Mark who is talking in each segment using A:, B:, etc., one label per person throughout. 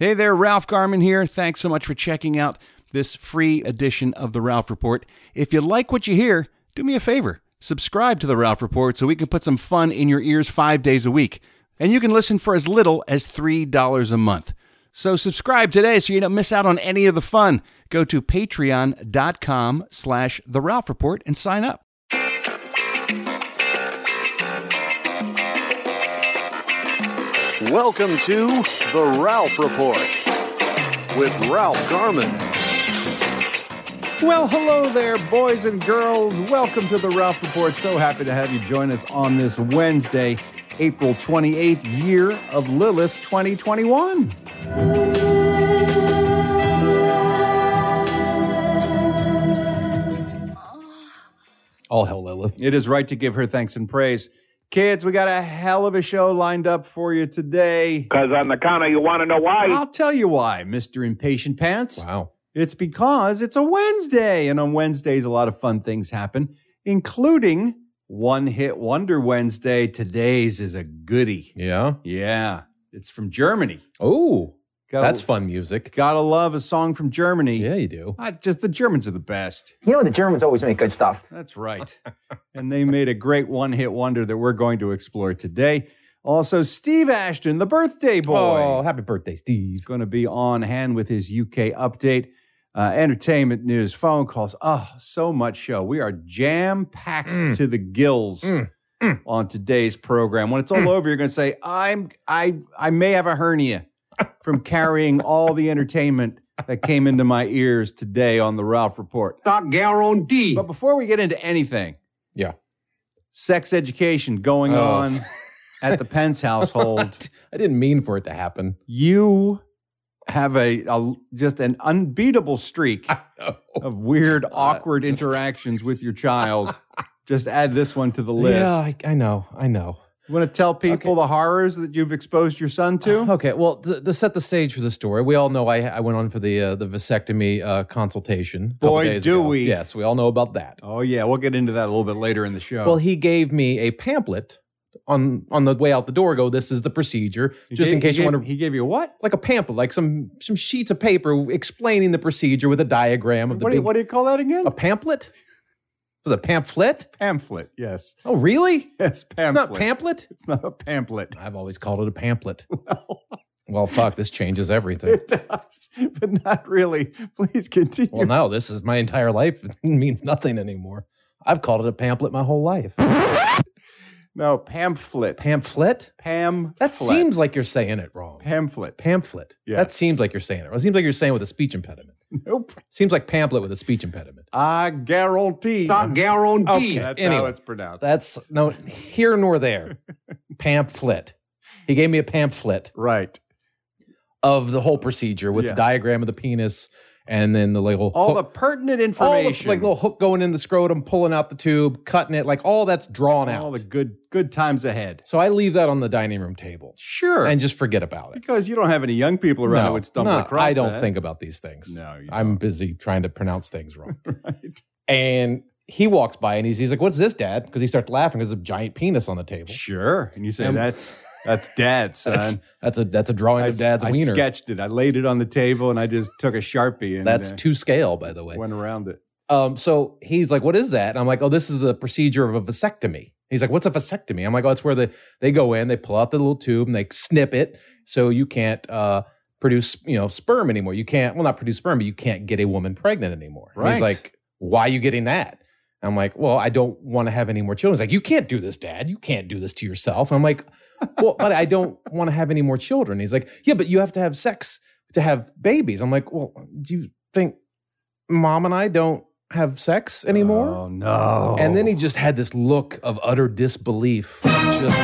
A: Hey there, Ralph Garman here. Thanks so much for checking out this free edition of The Ralph Report. If you like what you hear, do me a favor subscribe to The Ralph Report so we can put some fun in your ears five days a week. And you can listen for as little as $3 a month. So subscribe today so you don't miss out on any of the fun. Go to patreon.com slash The Ralph Report and sign up.
B: Welcome to The Ralph Report with Ralph Garman.
C: Well, hello there, boys and girls. Welcome to the Ralph Report. So happy to have you join us on this Wednesday, April 28th, year of Lilith 2021.
D: All hell, Lilith.
C: It is right to give her thanks and praise. Kids, we got a hell of a show lined up for you today.
E: Because on the counter, you want to know why?
C: I'll tell you why, Mr. Impatient Pants.
D: Wow.
C: It's because it's a Wednesday, and on Wednesdays, a lot of fun things happen, including One Hit Wonder Wednesday. Today's is a goodie.
D: Yeah.
C: Yeah, it's from Germany.
D: Oh,
C: Gotta,
D: that's fun music.
C: Gotta love a song from Germany.
D: Yeah, you do.
C: Not just the Germans are the best.
F: You know, the Germans always make good stuff.
C: That's right. and they made a great one hit wonder that we're going to explore today. Also, Steve Ashton, the birthday boy.
D: Oh, happy birthday, Steve.
C: going to be on hand with his UK update, uh, entertainment news, phone calls. Oh, so much show. We are jam packed
D: Mm.
C: to the gills
D: Mm.
C: on today's program. When it's all over, you're going to say, "I'm I I may have a hernia from carrying all the entertainment that came into my ears today on the Ralph Report."
E: Not guarantee.
C: But before we get into anything,
D: Yeah.
C: sex education going
D: Oh.
C: on at the Pence household
D: I didn't mean for it to happen.
C: you have a, a just an unbeatable streak
D: No.
C: of weird, awkward
D: Uh, just-
C: interactions with your child. just add this one to the list.
D: Yeah, I, I know. I know.
C: You want to tell people the horrors that you've exposed your son to?
D: Okay. Well, to, to set the stage for the story, we all know I, I went on for the uh, the vasectomy uh, consultation. a couple
C: Boy,
D: days
C: do
D: ago.
C: we.
D: Yes, we all know about that.
C: Oh yeah, we'll get into that a little bit later in the show.
D: Well, he gave me a pamphlet on on the way out the door. Go. This is the procedure.
C: He
D: just
C: gave-
D: in case
C: he
D: you
C: gave-
D: want to.
C: he gave you a what?
D: Like a pamphlet, like some some sheets of paper explaining the procedure with a diagram of the
C: What do, you,
D: big- Oh.
C: what do you call that again?
D: a pamphlet. Was it a pamphlet?
C: pamphlet. Yes,
D: Oh, really?
C: yes,
D: It's
C: pamphlet.
D: not pamphlet?
C: It's not a pamphlet.
D: I've always called it a pamphlet. Well, fuck, this changes everything.
C: It does, but not really. Please continue.
D: Well, now this is my entire life. It means nothing anymore. I've called it a pamphlet my whole life.
C: no, pamphlet.
D: Pamphlet?
C: Pam.
D: That seems like you're saying it wrong.
C: pamphlet.
D: Pamphlet. That
C: Yes.
D: seems like you're saying it wrong. It seems like you're saying it with a speech impediment.
C: Nope.
D: Seems like pamphlet with a speech impediment.
C: I guarantee.
E: Not guarantee.
D: Okay.
C: That's how
D: Anyway,
C: it's pronounced.
D: That's no here nor there. Pamphlet. He gave me a pamphlet.
C: right.
D: of the whole procedure with
C: Yeah.
D: the diagram of the penis and then the little
C: All the
D: hook,
C: pertinent
D: all the,
C: information.
D: like little hook going in the scrotum, pulling out the tube, cutting it, like all that's drawn
C: All
D: out.
C: the good good times ahead.
D: so I leave that on the dining room table
C: Sure.
D: and just forget about it.
C: because you don't have any young people around that would stumble
D: no,
C: across
D: I don't
C: that.
D: think about these things.
C: No, you
D: I'm busy trying to pronounce things wrong.
C: Right.
D: and he walks by and he's, he's like, "What's this, Dad?" Because he starts laughing because there's a giant penis on the table.
C: Sure. And you say
D: Um,
C: that's that's dad,
D: That's,
C: son.
D: that's a that's a drawing
C: I,
D: of Dad's
C: I
D: wiener.
C: sketched it. I laid it on the table and I just took a sharpie and
D: that's
C: uh,
D: to scale, by the way.
C: went around it.
D: Um, so he's like, "What is that?" And I'm like, "Oh, this is the procedure of a vasectomy." He's like, "What's a vasectomy?" I'm like, "Oh, it's where they they go in, they pull out the little tube, and they snip it, so you can't uh, produce you know sperm anymore. You can't well not produce sperm, but you can't get a woman pregnant anymore." And
C: Right.
D: He's like, "Why are you getting that?" I'm like, "Well, I don't want to have any more children." He's like, "You can't do this, Dad. You can't do this to yourself." And I'm like, "Well, but I don't want to have any more children." He's like, "Yeah, but you have to have sex to have babies." I'm like, "Well, do you think mom and I don't have sex anymore?"
C: Oh no.
D: And then he just had this look of utter disbelief, just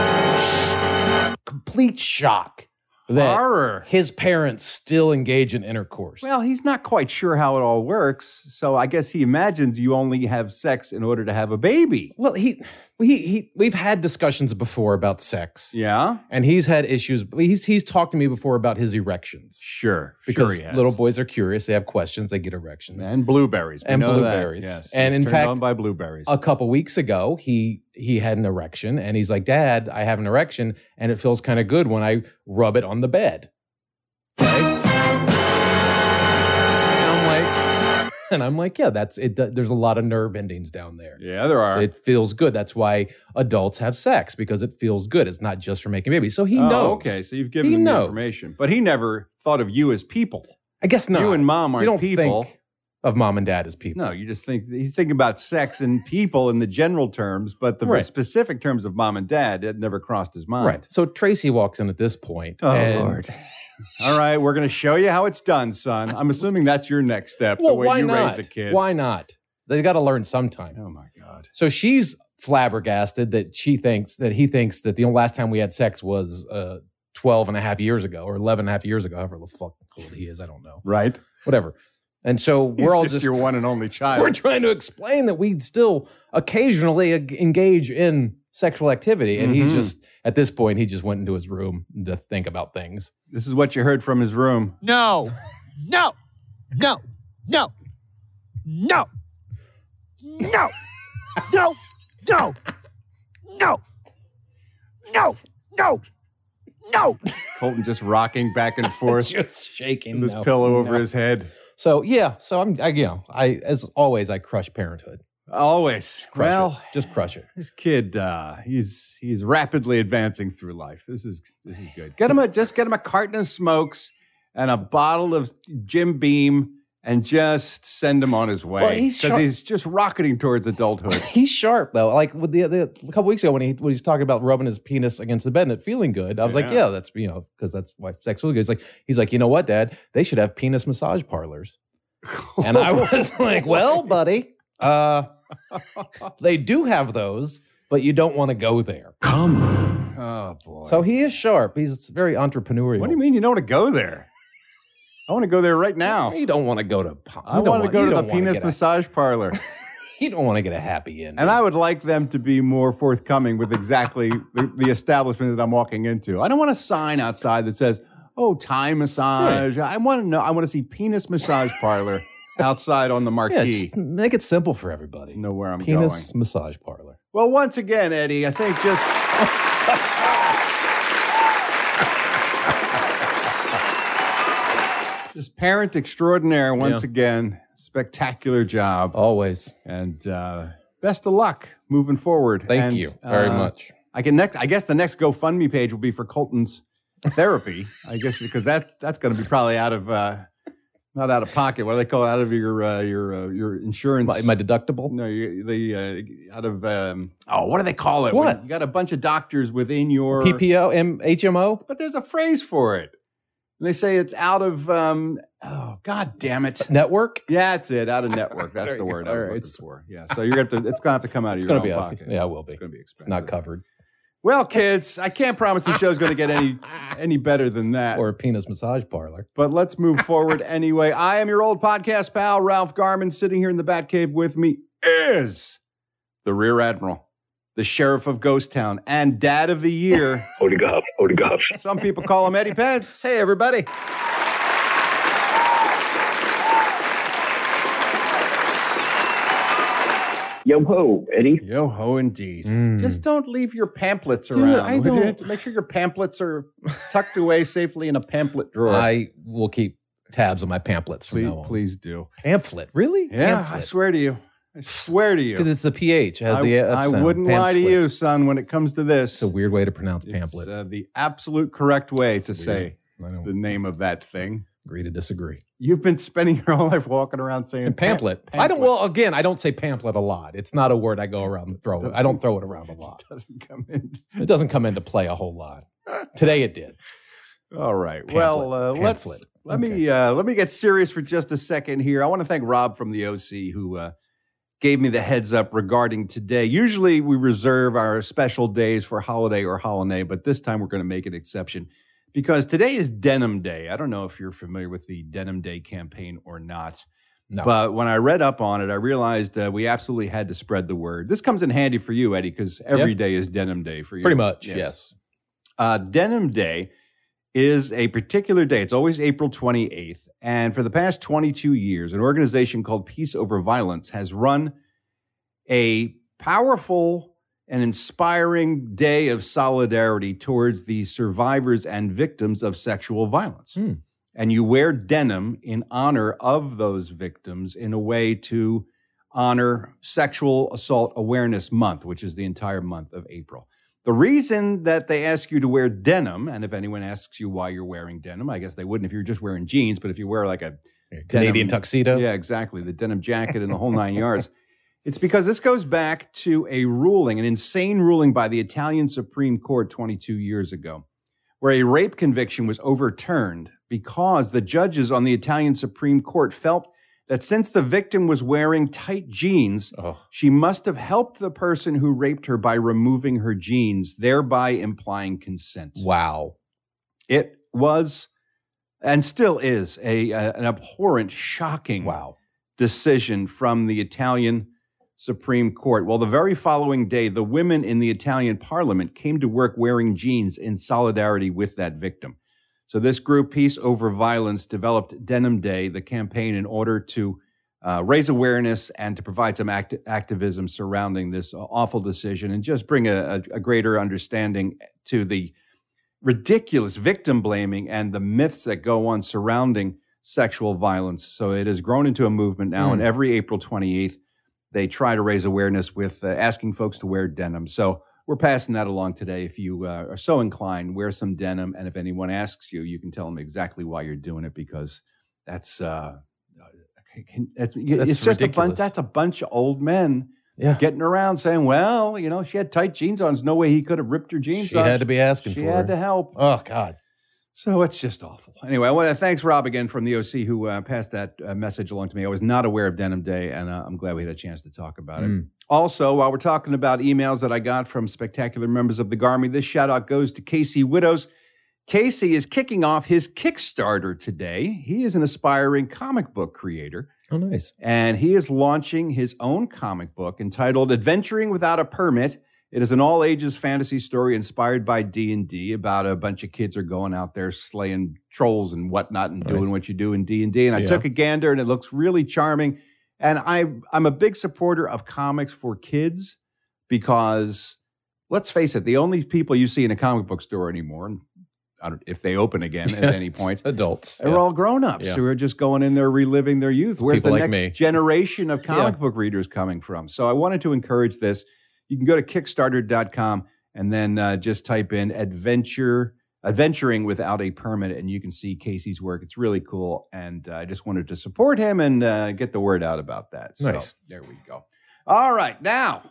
D: complete- complete shock that
C: horror.
D: his parents still engage in intercourse.
C: Well, he's not quite sure how it all works, so I guess he imagines you only have sex in order to have a baby.
D: well, he he, he we've had discussions before about sex,
C: Yeah,
D: and he's had issues. He's he's talked to me before about his erections
C: sure.
D: because
C: sure he has.
D: little boys are curious. They have questions. They get erections.
C: and blueberries. We
D: And
C: know that,
D: blueberries.
C: Yes.
D: And
C: He's
D: in
C: turned
D: fact-
C: on by blueberries.
D: A couple weeks ago, he he had an erection, and he's like, "Dad, I have an erection, and it feels kind of good when I rub it on the bed." Right? And I'm like, and I'm like, yeah, that's it. There's a lot of nerve endings down there.
C: yeah, there
D: So
C: are.
D: it feels good. That's why adults have sex because it feels good. It's not just for making babies. So he
C: Oh,
D: knows.
C: Okay, so you've given
D: He
C: him the
D: knows.
C: information, but he never thought of you as people.
D: I guess not.
C: You and mom aren't
D: You don't
C: people.
D: think of mom and dad as people.
C: No, you just think he's thinking about sex and people in the general terms, but the
D: Right.
C: specific terms of mom and dad that never crossed his mind.
D: Right. So Tracy walks in at this point.
C: Oh
D: and-
C: Lord. All right, we're going to show you how it's done, son. I'm assuming that's your next step.
D: Well,
C: the way
D: why
C: you
D: not?
C: raise a kid.
D: Why not? They got to learn sometime.
C: Oh my God.
D: So she's flabbergasted that she thinks that he thinks that the last time we had sex was uh, 12 and a half years ago or 11 and a half years ago, however the fuck old he is. I don't know.
C: Right.
D: Whatever. And so
C: He's
D: we're all
C: just,
D: just
C: your one and only child.
D: we're trying to explain that we still occasionally eng- engage in sexual activity and he's
C: Mhm.
D: just at this point he just went into his room to think about things
C: this is what you heard from his room.
G: No. No. No. No. No. No. No. No. No. No. No. No.
C: Colton just rocking back and forth.
D: just shaking
C: This
D: no,
C: pillow over
D: no.
C: his head.
D: so yeah so i'm I, you know i as always i crush parenthood
C: Always.
D: crush
C: well,
D: it. just crush it
C: this kid, uh, he's he's rapidly advancing through life. This is this is good. Get him a just get him a carton of smokes and a bottle of Jim Beam and just send him on his way
D: Well, he's sharp.
C: he's just rocketing towards adulthood.
D: he's sharp though like with the, the a couple weeks ago when he when he's talking about rubbing his penis against the bed and it feeling good i was like
C: Yeah.
D: yeah that's you know because that's why sex feels good he's like he's like you know what dad they should have penis massage parlors And I was like, well, buddy, uh, they do have those, but you don't want to go there.
C: oh boy.
D: So he is sharp. He's very entrepreneurial.
C: what do you mean you don't want to go there? I want to go there right now.
D: You don't want to go to. po-
C: I
D: you don't
C: want to go
D: you
C: to the
D: don't wanna
C: penis
D: get a-
C: massage parlor.
D: You don't want to get a happy end.
C: And I would like them to be more forthcoming with exactly the, the establishment that I'm walking into. I don't want a sign outside that says, "Oh, Thai massage." I want to know. I want to see penis massage parlor outside on the
D: yeah,
C: marquee.
D: just make it simple for everybody.
C: to know where I'm
D: penis
C: going.
D: massage parlor.
C: Well, once again, Eddie, I think just. Just parent extraordinaire once again. Spectacular job.
D: Oh. Always.
C: And uh, best of luck moving forward.
D: Thank
C: And,
D: you very
C: uh,
D: much.
C: I can next. I guess the next GoFundMe page will be for Colton's therapy. I guess because that's that's going to be probably out of uh, not out of pocket. What do they call it? Out of your uh, your uh, your insurance.
D: My, my deductible.
C: no, you, the uh, out of um, oh, what do they call it?
D: What?
C: When you got a bunch of doctors within your
D: PPO, M- HMO.
C: but there's a phrase for it, and they say it's out of um, oh, god damn it.
D: network.
C: Yeah, that's it. Out of network. That's
D: There
C: the
D: you
C: word
D: go.
C: I was
D: All right.
C: looking for. Yeah. So you're gonna have to. It's gonna have to come out of
D: It's
C: your
D: gonna
C: own
D: be. A,
C: pocket.
D: yeah, it will be.
C: It's gonna be
D: It's
C: expensive.
D: not covered.
C: Well, kids, I can't promise the show's going to get any any better than that.
D: Or a penis massage parlor.
C: but let's move forward anyway. I am your old podcast pal, Ralph Garman. Sitting here in the Batcave with me is the Rear Admiral, the Sheriff of Ghost Town, and Dad of the Year.
E: Holy God. Holy God.
C: Some people call him Eddie Pence.
D: Hey, everybody.
F: Yo ho, Eddie.
C: Yo ho, indeed.
D: Mm.
C: Just don't leave your pamphlets
D: Dude,
C: around.
D: I don't-
C: Make sure your pamphlets are tucked away safely in a pamphlet drawer.
D: I will keep tabs on my pamphlets from
C: please,
D: now on.
C: please do.
D: Pamphlet, really?
C: Yeah, I
D: pamphlet.
C: swear to you. I swear to you.
D: Because it's the ph it has
C: I,
D: the. F
C: I
D: sound.
C: wouldn't lie to
D: Pamphlet.
C: you, son, when it comes to this.
D: It's a weird way to pronounce
C: It's,
D: pamphlet.
C: uh, the absolute correct way to say
D: I don't
C: the name of that thing.
D: agree to disagree.
C: You've been spending your whole life walking around saying
D: And pamphlet.
C: pam-
D: I don't. Well, again, I don't say pamphlet a lot. It's not a word I go around throwing. I don't throw it around a lot.
C: doesn't come in.
D: It doesn't come into play a whole lot. Today it did.
C: All right.
D: Pamphlet.
C: Well, uh, let's
D: Pamphlet.
C: let me uh, let me get serious for just a second here. I want to thank Rob from the OC who uh, gave me the heads up regarding today. Usually we reserve our special days for holiday or holiday, but this time we're going to make an exception because today is Denim Day. I don't know if you're familiar with the Denim Day campaign or not.
D: No.
C: But when I read up on it, I realized uh, we absolutely had to spread the word. This comes in handy for you, Eddie, because every day is denim day for you.
D: Pretty much, yes.
C: Uh, Denim Day is a particular day. It's always April 28th. And for the past 22 years, an organization called Peace Over Violence has run a powerful and inspiring day of solidarity towards the survivors and victims of sexual violence.
D: Hmm.
C: And you wear denim in honor of those victims in a way to honor Sexual Assault Awareness Month, which is the entire month of April. The reason that they ask you to wear denim, and if anyone asks you why you're wearing denim, I guess they wouldn't if you were just wearing jeans, but if you wear like a
D: Canadian
C: Denim.
D: tuxedo.
C: yeah, exactly. The denim jacket and the whole nine yards. It's because this goes back to a ruling, an insane ruling by the Italian Supreme Court 22 years ago, where a rape conviction was overturned because the judges on the Italian Supreme Court felt that since the victim was wearing tight jeans,
D: Oh,
C: she must have helped the person who raped her by removing her jeans, thereby implying consent.
D: wow.
C: It was and still is a, a- an abhorrent, shocking
D: Wow.
C: decision from the Italian Supreme Court. Well, the very following day, the women in the Italian parliament came to work wearing jeans in solidarity with that victim. So, this group, Peace Over Violence, developed Denim Day, the campaign, in order to uh, raise awareness and to provide some act- activism surrounding this awful decision and just bring a, a, a greater understanding to the ridiculous victim blaming and the myths that go on surrounding sexual violence. So it has grown into a movement now,
D: Hmm.
C: and every April 28th, they try to raise awareness with uh, asking folks to wear denim. So we're passing that along today. If you uh, are so inclined, wear some denim, and if anyone asks you, you can tell them exactly why you're doing it because that's uh, uh, can- that's,
D: That's
C: it's just a bunch.
D: ridiculous.
C: That's a bunch of old men
D: Yeah.
C: getting around saying, "Well, you know, she had tight jeans on. There's no way he could have ripped her jeans
D: She
C: off.
D: had to be asking
C: she
D: for
C: had
D: it.
C: to help."
D: Oh God.
C: So it's just awful. Anyway, I want to thanks Rob again from the OC who uh, passed that uh, message along to me. I was not aware of Denim Day, and uh, I'm glad we had a chance to talk about it.
D: Mm.
C: Also, while we're talking about emails that I got from spectacular members of the Garmy, this shout out goes to Casey Widows. Casey is kicking off his Kickstarter today. He is an aspiring comic book creator
D: Oh nice.
C: and he is launching his own comic book entitled adventuring without a permit it is an all ages fantasy story inspired by d&d about a bunch of kids are going out there slaying trolls and whatnot and
D: Nice.
C: doing what you do in d&d and i
D: Yeah.
C: took a gander and it looks really charming and I, i'm a big supporter of comics for kids because let's face it the only people you see in a comic book store anymore and I don't, if they open again at any point
D: Adults.
C: they're
D: Yeah.
C: all grown ups
D: Yeah.
C: who are just going in there reliving their youth. Where's
D: people
C: the
D: like
C: next
D: me.
C: generation of comic book readers coming from? So I wanted to encourage this. You can go to Kickstarter.com and then uh, just type in adventure adventuring without a permit, and you can see Casey's work. It's really cool, and uh, I just wanted to support him and uh, get the word out about that. So
D: Nice.
C: there we go. All right, now.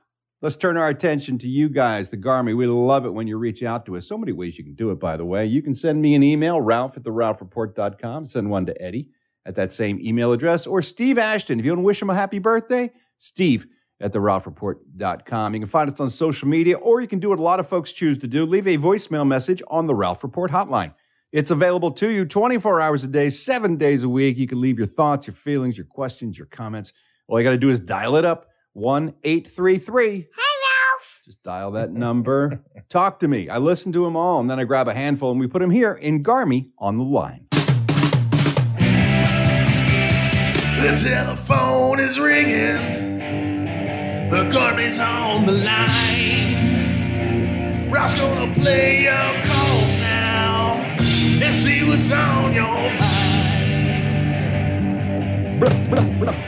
C: Let's turn our attention to you guys, the Garmy. We love it when you reach out to us. So many ways you can do it, by the way. You can send me an email, ralph at theralphreport.com. Send one to Eddie at that same email address. Or Steve Ashton, if you want to wish him a happy birthday, steve at theralphreport.com. You can find us on social media, or you can do what a lot of folks choose to do leave a voicemail message on the Ralph Report hotline. It's available to you 24 hours a day, seven days a week. You can leave your thoughts, your feelings, your questions, your comments. All you got to do is dial it up 1 833 just dial that number. Talk to me. I listen to them all, and then I grab a handful and we put them here in Garmy on the line.
H: The telephone is ringing. The garbage on the line. Ralph's gonna play your calls now. Let's see what's on your mind.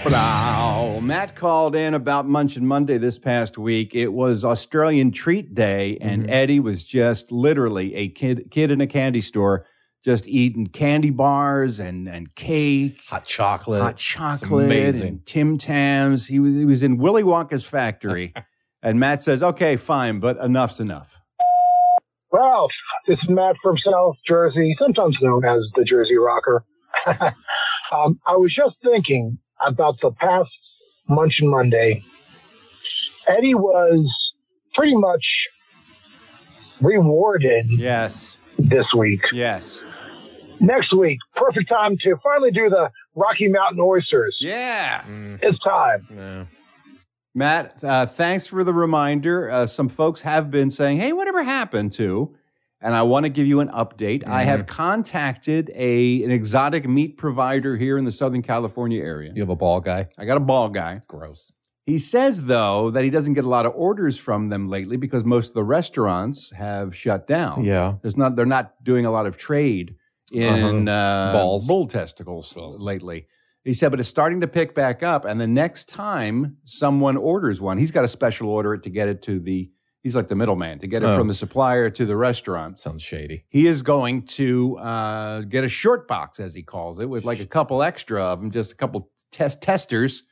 C: Blah. Matt called in about Munchin Monday this past week. It was Australian Treat Day, and Eddie was just literally a kid, kid in a candy store, just eating candy bars and, and cake.
D: Hot chocolate.
C: hot chocolate,
D: amazing.
C: and Tim Tams. He was, he was in Willy Wonka's factory, and Matt says, "Okay, fine, but enough's enough."
I: Ralph, this is Matt from South Jersey, sometimes known as the Jersey Rocker. um, I was just thinking about the past Munchin Monday. Eddie was pretty much rewarded
C: Yes,
I: this week.
C: yes.
I: Next week, perfect time to finally do the Rocky Mountain oysters.
C: Yeah.
D: Mm,
I: It's time.
D: no.
C: Matt, uh, thanks for the reminder. Uh, some folks have been saying, hey, whatever happened to? And I want to give you an update. I have contacted a, an exotic meat provider here in the Southern California area.
D: You have a ball guy.
C: I got a ball guy.
D: Gross.
C: He says, though, that he doesn't get a lot of orders from them lately because most of the restaurants have shut down.
D: Yeah.
C: There's not they're not doing a lot of trade in uh
D: Uh-huh. Balls.
C: bull testicles lately. He said, but it's starting to pick back up. And the next time someone orders one, he's got a special order it to get it to the he's like the middleman to get it
D: Oh.
C: from the supplier to the restaurant.
D: Sounds shady.
C: He is going to uh, get a short box, as he calls it, with like a couple extra of them, just a couple test testers,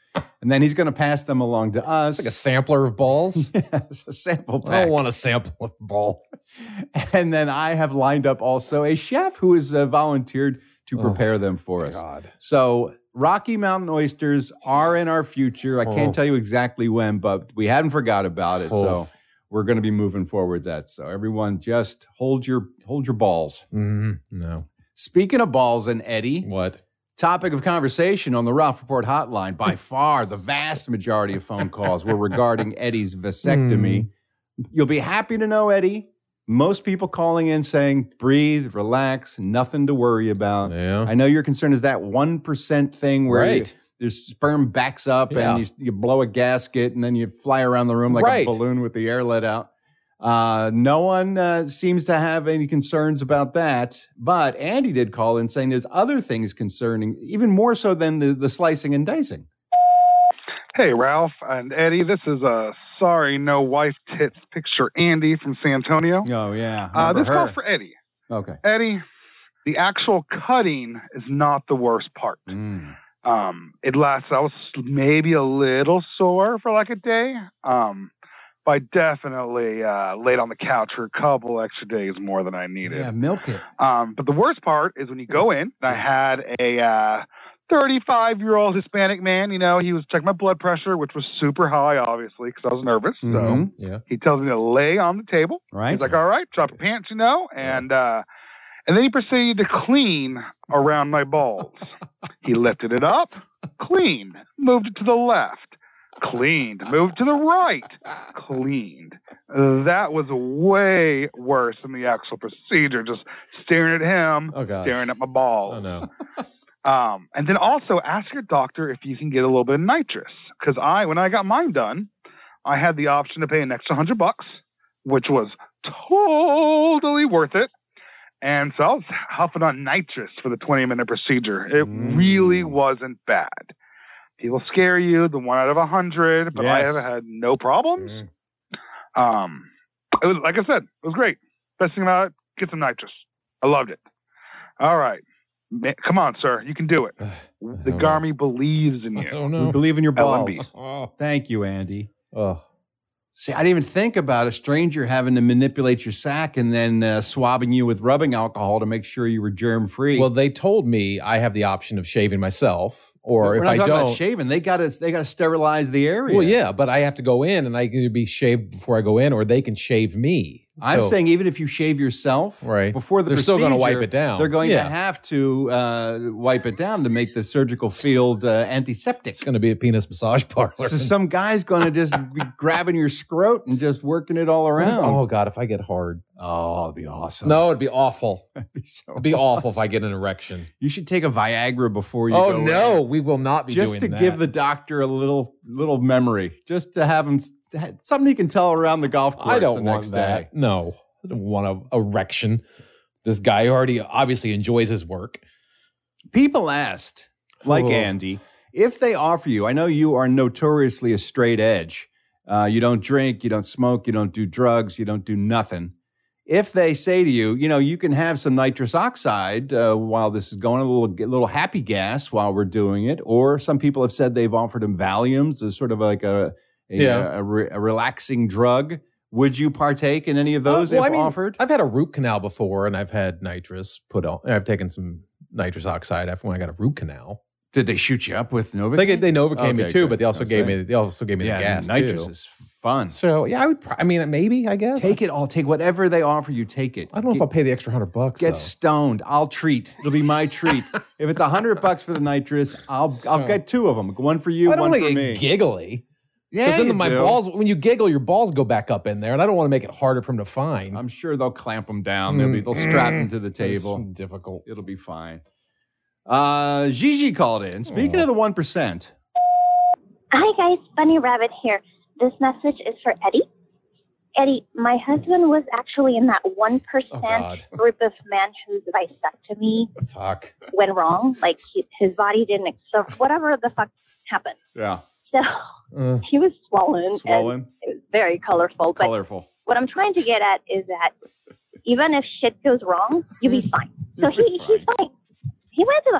C: and then he's going to pass them along to us.
D: It's like a sampler of balls.
C: It's a sample
D: I
C: pack.
D: don't want a sample of balls.
C: And then I have lined up also a chef who has uh, volunteered to
D: Oh,
C: prepare them for us.
D: God.
C: So Rocky Mountain oysters are in our future. I can't
D: Oh.
C: tell you exactly when, but we hadn't forgot about it. So
D: Oh.
C: we're going to be moving forward that. So everyone just hold your hold your balls.
D: Mm, no.
C: Speaking of balls and Eddie,
D: What?
C: topic of conversation on the Ralph Report hotline by far the vast majority of phone calls were regarding Eddie's vasectomy.
D: Hmm.
C: You'll be happy to know, Eddie. Most people calling in saying, breathe, relax, nothing to worry about.
D: Yeah.
C: I know your concern is that 1% thing where you-
D: Right.
C: your sperm backs up
D: Yeah.
C: and you, you blow a gasket and then you fly around the room like
D: Right.
C: a balloon with the air let out. Uh, no one uh, seems to have any concerns about that. But Andy did call in saying there's other things concerning, even more so than the, the slicing and dicing.
J: Hey, Ralph and Eddie. This is uh, sorry, no wife tits picture Andy from San Antonio.
C: Oh, yeah.
J: Uh, this
C: Remember
J: call
C: her.
J: for Eddie.
C: okay.
J: Eddie, the actual cutting is not the worst part.
C: Mm.
J: Um, it lasts. I was maybe a little sore for like a day. Um, but I definitely uh, laid on the couch for a couple extra days more than I needed.
C: Yeah, milk it.
J: Um, but the worst part is when you go in. I had a 35 year old Hispanic man. You know, he was checking my blood pressure, which was super high, obviously, because I was nervous. So
C: Mhm.
D: Yeah.
J: he tells me to lay on the table.
C: Right?
J: He's like, "All right, drop your pants," you know, and uh, and then he proceeded to clean around my balls. he lifted it up, cleaned, moved it to the left, cleaned, moved to the right, cleaned. That was way worse than the actual procedure. Just staring at him,
D: Oh God.
J: staring at my
D: Oh
J: balls.
D: no.
J: Um, and then also ask your doctor if you can get a little bit of nitrous. Because I, when I got mine done, I had the option to pay an extra hundred bucks, which was totally worth it. And so I was huffing on nitrous for the 20 minute procedure. It
C: Mm.
J: really wasn't bad. People scare you, the one out of a hundred, but I
C: Yes.
J: have had no problems. Um, it was like I said, it was great. Best thing about it, get some nitrous. I loved it. All right, Ma- come on, sir, you can do it. The
D: Oh.
J: Garmy believes in you.
D: Oh
C: We
D: no.
C: believe in your
J: L&B.
C: balls. Thank you, Andy.
D: Oh.
C: See, I didn't even think about a stranger having to manipulate your sack and then uh, swabbing you with rubbing alcohol to make sure you were germ free.
D: Well, they told me I have the option of shaving myself, or if I
C: about
D: don't.
C: shaving, they got to they got to sterilize the area.
D: Well, yeah, but I have to go in, and I can either be shaved before I go in, or they can shave me.
C: I'm
D: So-
C: saying even if you shave yourself
D: Right.
C: before the
D: They're still
C: going
D: gonna
C: to
D: wipe it down.
C: They're going
D: Yeah.
C: to have to uh, wipe it down to make the surgical field uh, antiseptic.
D: it's going to be a penis massage parlor.
C: So some guy's going to just be grabbing your scrot and just working it all
D: Oh
C: around.
D: God, if I get hard,
C: Oh, it'd be awesome.
D: no, it'd be awful.
C: That'd be so
D: It'd be awful if I get an erection.
C: You should take a Viagra before you
D: Oh
C: go in.
D: no, we will not be
C: just
D: doing
C: to
D: that.
C: give the doctor a little little memory, just to have him s- something he can tell around the golf course.
D: I don't
C: the
D: want
C: next
D: that.
C: Day.
D: No, I don't want a erection. This guy already obviously enjoys his work.
C: People asked, like
D: Oh.
C: Andy, if they offer you. I know you are notoriously a straight edge. Uh, you don't drink, you don't smoke, you don't do drugs, you don't do nothing. If they say to you, you know, you can have some nitrous oxide uh, while this is going, a little a little happy gas while we're doing it, or some people have said they've offered him Valiums as sort of like a a, uh,
D: Yeah.
C: a re- a relaxing drug. Would you partake in any of those
D: Uh, well,
C: if
D: I mean,
C: offered?
D: I've had a root canal before, and I've had nitrous put on. I've taken some nitrous oxide after when I got a root canal.
C: Did they shoot you up with Novocaine?
D: They, they Novocaine me
C: Okay,
D: too,
C: good.
D: but they also
C: I was
D: gave
C: saying.
D: me they also gave me the gas
C: nitrous
D: too.
C: is Fun.
D: So yeah, I would. Pr- I mean, maybe I guess.
C: Take it all. Take whatever they offer you. Take it.
D: I don't know if
C: Get-
D: I'll pay the extra hundred bucks.
C: Get
D: though.
C: stoned. I'll treat. It'll be my treat. if it's a hundred bucks for the nitrous, I'll I'll get two of them. One for you,
D: I
C: one
D: don't want
C: for
D: to get
C: me.
D: giggly.
C: yeah,
D: then
C: you
D: my
C: do.
D: balls. When you giggle, your balls go back up in there, and I don't want to make it harder for him to find.
C: I'm sure they'll clamp them down.
D: Mm,
C: They'll be they'll strap them to the
D: It's
C: table.
D: difficult.
C: It'll be fine. Uh, Gigi called in.
D: Oh.
C: Speaking of the one percent,
K: Hi guys, Bunny Rabbit here. This message is for Eddie. Eddie, my husband was actually in that 1%
C: Oh,
D: God.
K: group of men whose vasectomy
D: Fuck.
K: went wrong. Like he, his body didn't, so whatever the fuck happened.
C: yeah,
K: So
D: Uh,
K: he was swollen, and
C: swollen,
K: it was very colorful. But
C: colorful.
K: what I'm trying to get at is that even if shit goes wrong, you'll be fine. So
C: Hmm. You'll be
K: he, he's fine. He went to the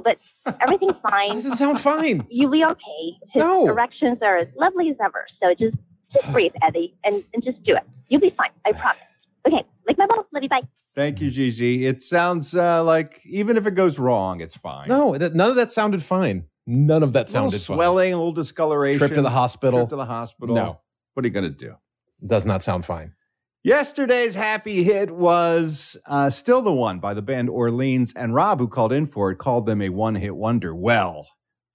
K: but everything's fine.
D: doesn't sound fine.
K: You'll be okay. His
D: No.
K: erections are as lovely as ever. So just just breathe, Eddie, and, and just do it. You'll be fine. I promise. Okay, like my balls. Love you. Bye.
C: Thank you, Gigi. It sounds uh, like even if it goes wrong, it's fine.
D: No, that, none of that sounded fine. None of
C: a
D: that
C: little
D: sounded
C: swelling, a little
D: fine.
C: discoloration.
D: Trip to the hospital.
C: Trip to the hospital.
D: No,
C: What are you gonna do?
D: does not sound fine.
C: Yesterday's happy hit was uh, Still the One by the band Orleans, and Rob, who called in for it, called them a one hit wonder. Well,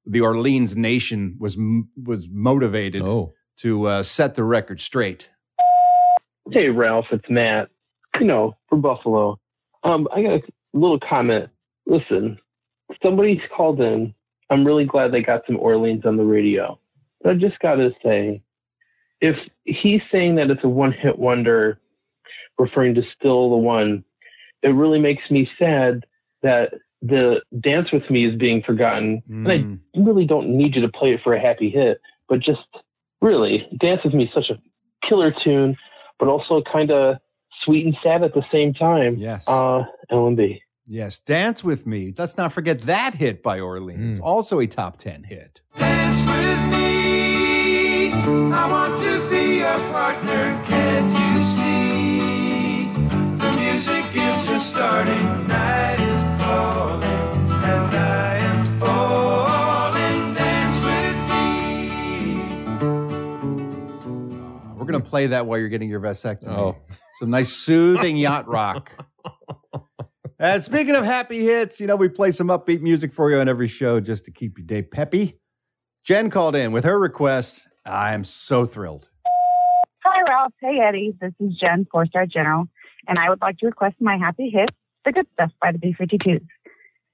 C: the Orleans nation was, m- was motivated
D: Oh,
C: to uh, set the record straight.
F: Hey, Ralph, it's Matt. You know, from Buffalo. Um, I got a little comment. Listen, somebody called in. I'm really glad they got some Orleans on the radio. But I just got to say, if he's saying that it's a one hit wonder, referring to Still the One, it really makes me sad that the Dance With Me is being forgotten. And I
C: Mm.
F: you really don't need you to play it for a happy hit, but just really, Dance With Me is such a killer tune, but also kind of sweet and sad at the same time.
C: Yes.
F: Uh, LMB.
C: yes. Dance with Me. Let's not forget that hit by Orleans,
F: Hmm.
D: Mm.
C: also a top 10 hit. We're going to play that while you're getting your vasectomy.
D: Oh.
C: Some nice soothing yacht rock. And speaking of happy hits, you know, we play some upbeat music for you on every show just to keep your day peppy. Jen called in with her request. I am so thrilled.
L: Hi, Ralph. Hey, Eddie. This is Jen, four star general, and I would like to request my happy hit, The Good Stuff by the B 52s.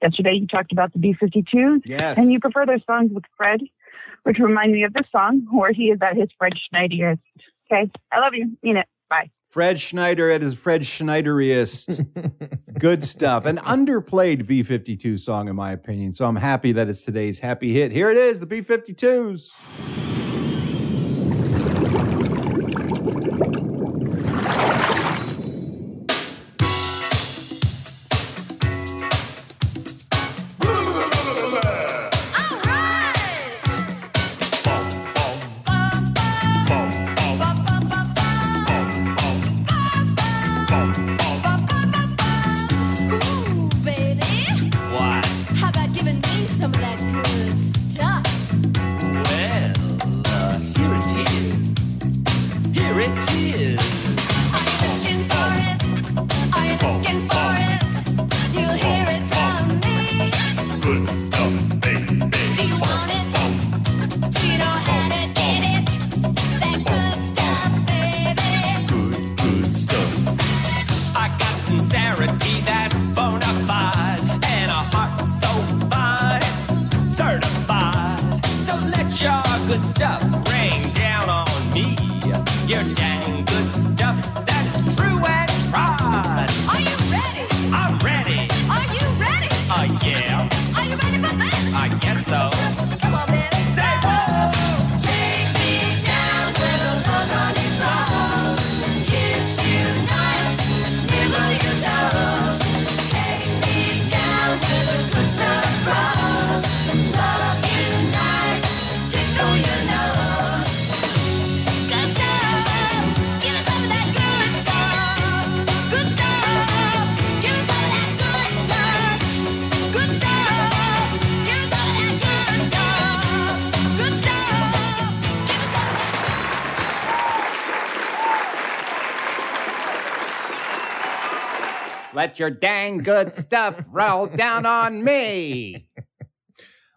L: Yesterday, you talked about the B 52s,
C: Yes.
L: and you prefer their songs with Fred, which remind me of this song where he is at his Fred Schneideriest. Okay. I love you. Mean it. Bye.
C: Fred Schneider at his Fred Schneideriest. Good stuff. An underplayed B 52 song, in my opinion. So I'm happy that it's today's happy hit. Here it is the B 52s.
M: I got sincerity that's bonafide and a heart so fine it's certified. So let your good stuff rain down on me. Your dang good stuff that's true and tried. Are you ready? I'm ready. Are you ready? Uh, yeah. Are you ready for this? I guess so. Come on, baby. Say whoa. Take me down with a look on your face. Kiss you nice. Good stuff. Give us all of that good
N: Let your dang good stuff roll down on me.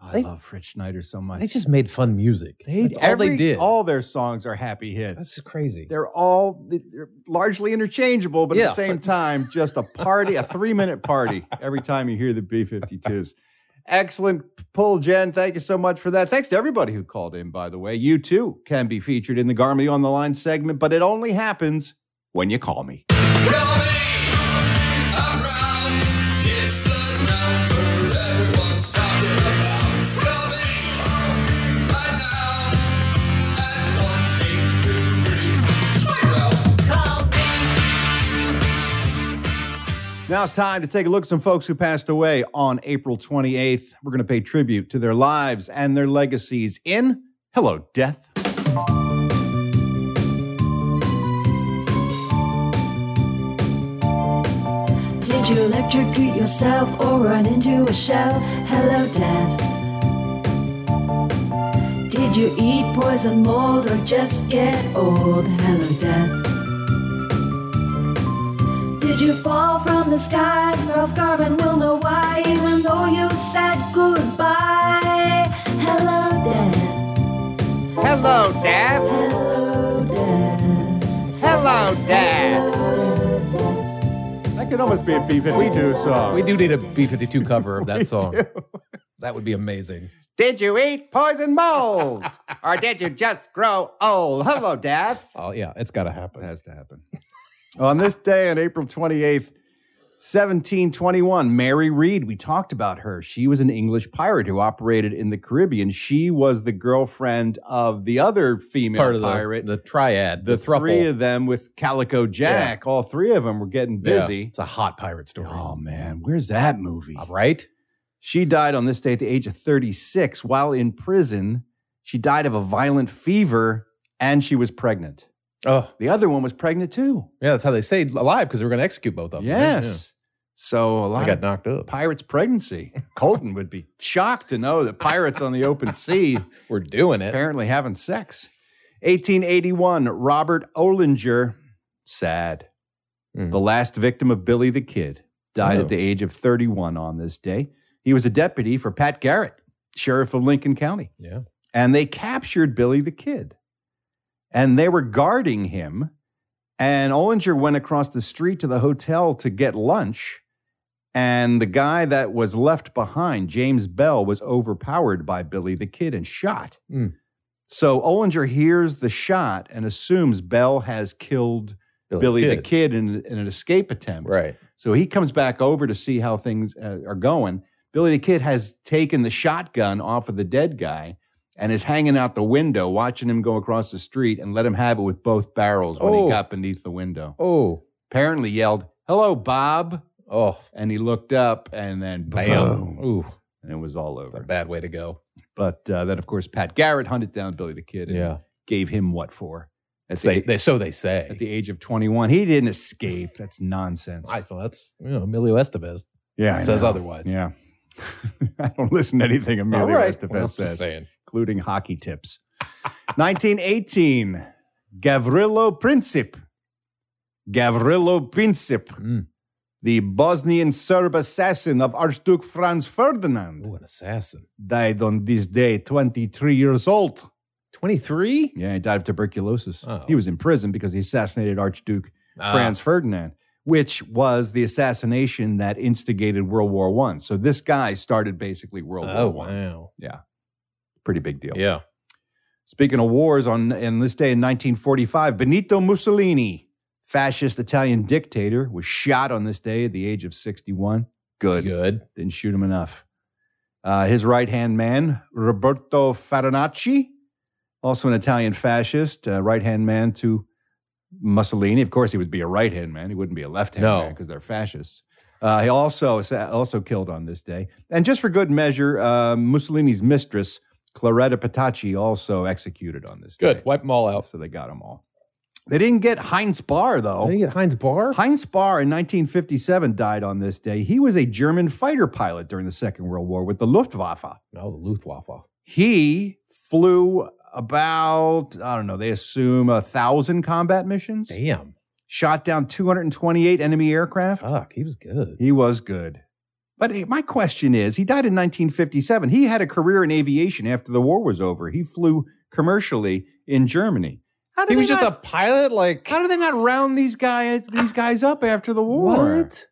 C: I love Fritz Schneider so much.
D: They just made fun music. That's all they
C: Every-
D: did.
C: All their songs are happy hits.
D: That's crazy.
C: They're all they're largely interchangeable, but at
D: Yeah.
C: the same time, just a party, a three minute party every time you hear the B 52s. Excellent pull, Jen. Thank you so much for that. Thanks to everybody who called in, by the way. You too can be featured in the Garmy on the Line segment, but it only happens when you call me.
M: It's the number everyone's talking about. Call me right now at 1-833. Hey, Ralph. Call me.
C: Now it's time to take a look at some folks who passed away on April 28th. We're going to pay tribute to their lives and their legacies in Hello, Death.
O: Did you electrocute yourself or run into a shell? Hello, death. Did you eat poison mold or just get old? Hello, death. Did you fall from the sky? Ralph Garman will know why, even though you said goodbye. Hello, death.
N: Hello, Dad.
O: Hello, death.
N: Hello, Dad.
C: That could almost be a B 52 song.
D: We do need a B 52 cover of that song. That would be amazing.
N: Did you eat poison mold? or did you just grow old? Hello, Dad.
D: Oh, yeah, it's got to happen. It
C: has to happen. on this day, on April 28th, 1721, Mary Read, we talked about her. She was an English pirate who operated in the Caribbean. She was the girlfriend of the other female
D: part of the-
C: pirate.
D: The, triad,
C: the,
D: the thruple.
C: three of them with Calico Jack. All three of them were getting
D: Yeah,
C: busy.
D: It's a hot pirate story.
C: Oh, man. Where's that movie?
D: Right?
C: She died on this day at the age of 36 while in prison. She died of a violent fever and she was pregnant.
D: Oh.
C: The other one was pregnant too.
D: Yeah, that's how they stayed alive because they were going to execute both of them. right?
C: Yes. So a lot
D: got
C: of
D: knocked up.
C: Pirates' pregnancy. Colton would be shocked to know that pirates on the open sea
D: were doing it.
C: Apparently having sex. 1881, Robert Olinger, sad. The last victim of Billy the Kid died
D: Hmm. Oh.
C: at the age of 31 on this day. He was a deputy for Pat Garrett, sheriff of Lincoln County
D: Yeah. yeah.
C: and they captured Billy the Kid. And they were guarding him. And Ollinger went across the street to the hotel to get lunch. And the guy that was left behind, James Bell, was overpowered by Billy the Kid and shot.
D: Mm.
C: So Ollinger hears the shot and assumes Bell has killed
D: Billy
C: Billy,
D: the
C: the Kid in, in an escape attempt.
D: Right.
C: So he comes back over to see how things uh, are going. Billy the Kid has taken the shotgun off of the dead guy and is hanging out the window, watching him go across the street and let him have it with both barrels when
D: Oh.
C: he got beneath the window.
D: Oh.
C: Apparently yelled, Hello, Bob.
D: Oh.
C: And he looked up and then
D: Bam.
C: boom.
D: Ooh.
C: And it was all over.
D: A bad way to go.
C: But uh, then, of course, Pat Garrett hunted down Billy the Kid and
D: Yeah.
C: gave him what for? At
D: They-
C: the-
D: they- so they say.
C: At the age of 21. He didn't escape. That's nonsense.
D: I thought that's, you know, Emilio Estevez.
C: Yeah, I
D: Says
C: know.
D: otherwise.
C: Yeah, I don't listen to anything Emilio
D: All right.
C: Estevez
D: Well, I'm just
C: says,
D: saying.
C: including hockey tips. 1918, Gavrilo Princip. Gavrilo Princip,
D: Hmm.
C: the Bosnian Serb assassin of Archduke Franz Ferdinand.
D: Oh, an assassin.
C: Died on this day, 23 years old.
D: 23?
C: Yeah, he died of tuberculosis. He was in prison because he assassinated Archduke
D: Oh. Ah.
C: Franz Ferdinand, which was the assassination that instigated World War One. So this guy started basically World
D: Oh,
C: War One.
D: wow.
C: Yeah, pretty big deal.
D: Yeah.
C: Speaking of wars, on in this day in 1945, Benito Mussolini, fascist Italian dictator, was shot on this day at the age of 61. Good,
D: good.
C: Didn't shoot him enough. Uh, his right hand man, Roberto Farinacci, also an Italian fascist, uh, right hand man to Mussolini. Of course, he would be a right hand man. He wouldn't be a left hand
D: No.
C: man because they're fascists. Uh, he also also killed on this day, and just for good measure, uh, Mussolini's mistress Claretta Petacci also executed on this.
D: Good. Wipe them all out.
C: So they got them all. They didn't get Heinz Barr though. They
D: didn't get Heinz Barr.
C: Heinz Barr in 1957 died on this day. He was a German fighter pilot during the Second World War with the Luftwaffe.
D: No, Oh, the Luftwaffe.
C: He flew about I don't know. They assume a thousand combat missions.
D: Damn.
C: shot down 228 enemy aircraft.
D: Fuck, he was good.
C: He was good. But hey, my question is he died in 1957. He had a career in aviation after the war was over. He flew commercially in Germany. How did
D: He was
C: they
D: just a
C: not-
D: pilot. Like,
C: how did they not round these guys these guys up after the war?
D: What?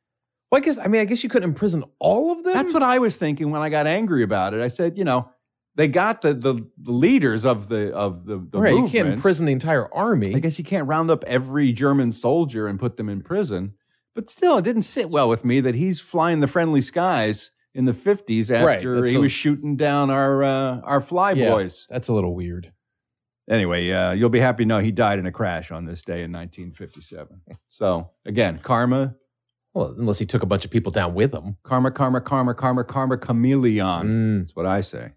D: Well, I guess I mean I guess you couldn't imprison all of them.
C: That's what I was thinking when I got angry about it. I said, you know, they got the the, the leaders of the of the, the
D: right, you can't
C: movement.
D: imprison the entire army.
C: I guess you can't round up every German soldier and put them in prison. But still, it didn't sit well with me that he's flying the friendly skies in the 50s
D: Right,
C: after
D: that's
C: he
D: a-
C: was shooting down our uh, our fly
D: Yeah,
C: boys.
D: That's a little weird.
C: Anyway, uh, you'll be happy to know he died in a crash on this day in 1957. So again, karma,
D: Well, unless he took a bunch of people down with him. Hmm.
C: karma, karma, karma, karma, karma, chameleon. That's what I say.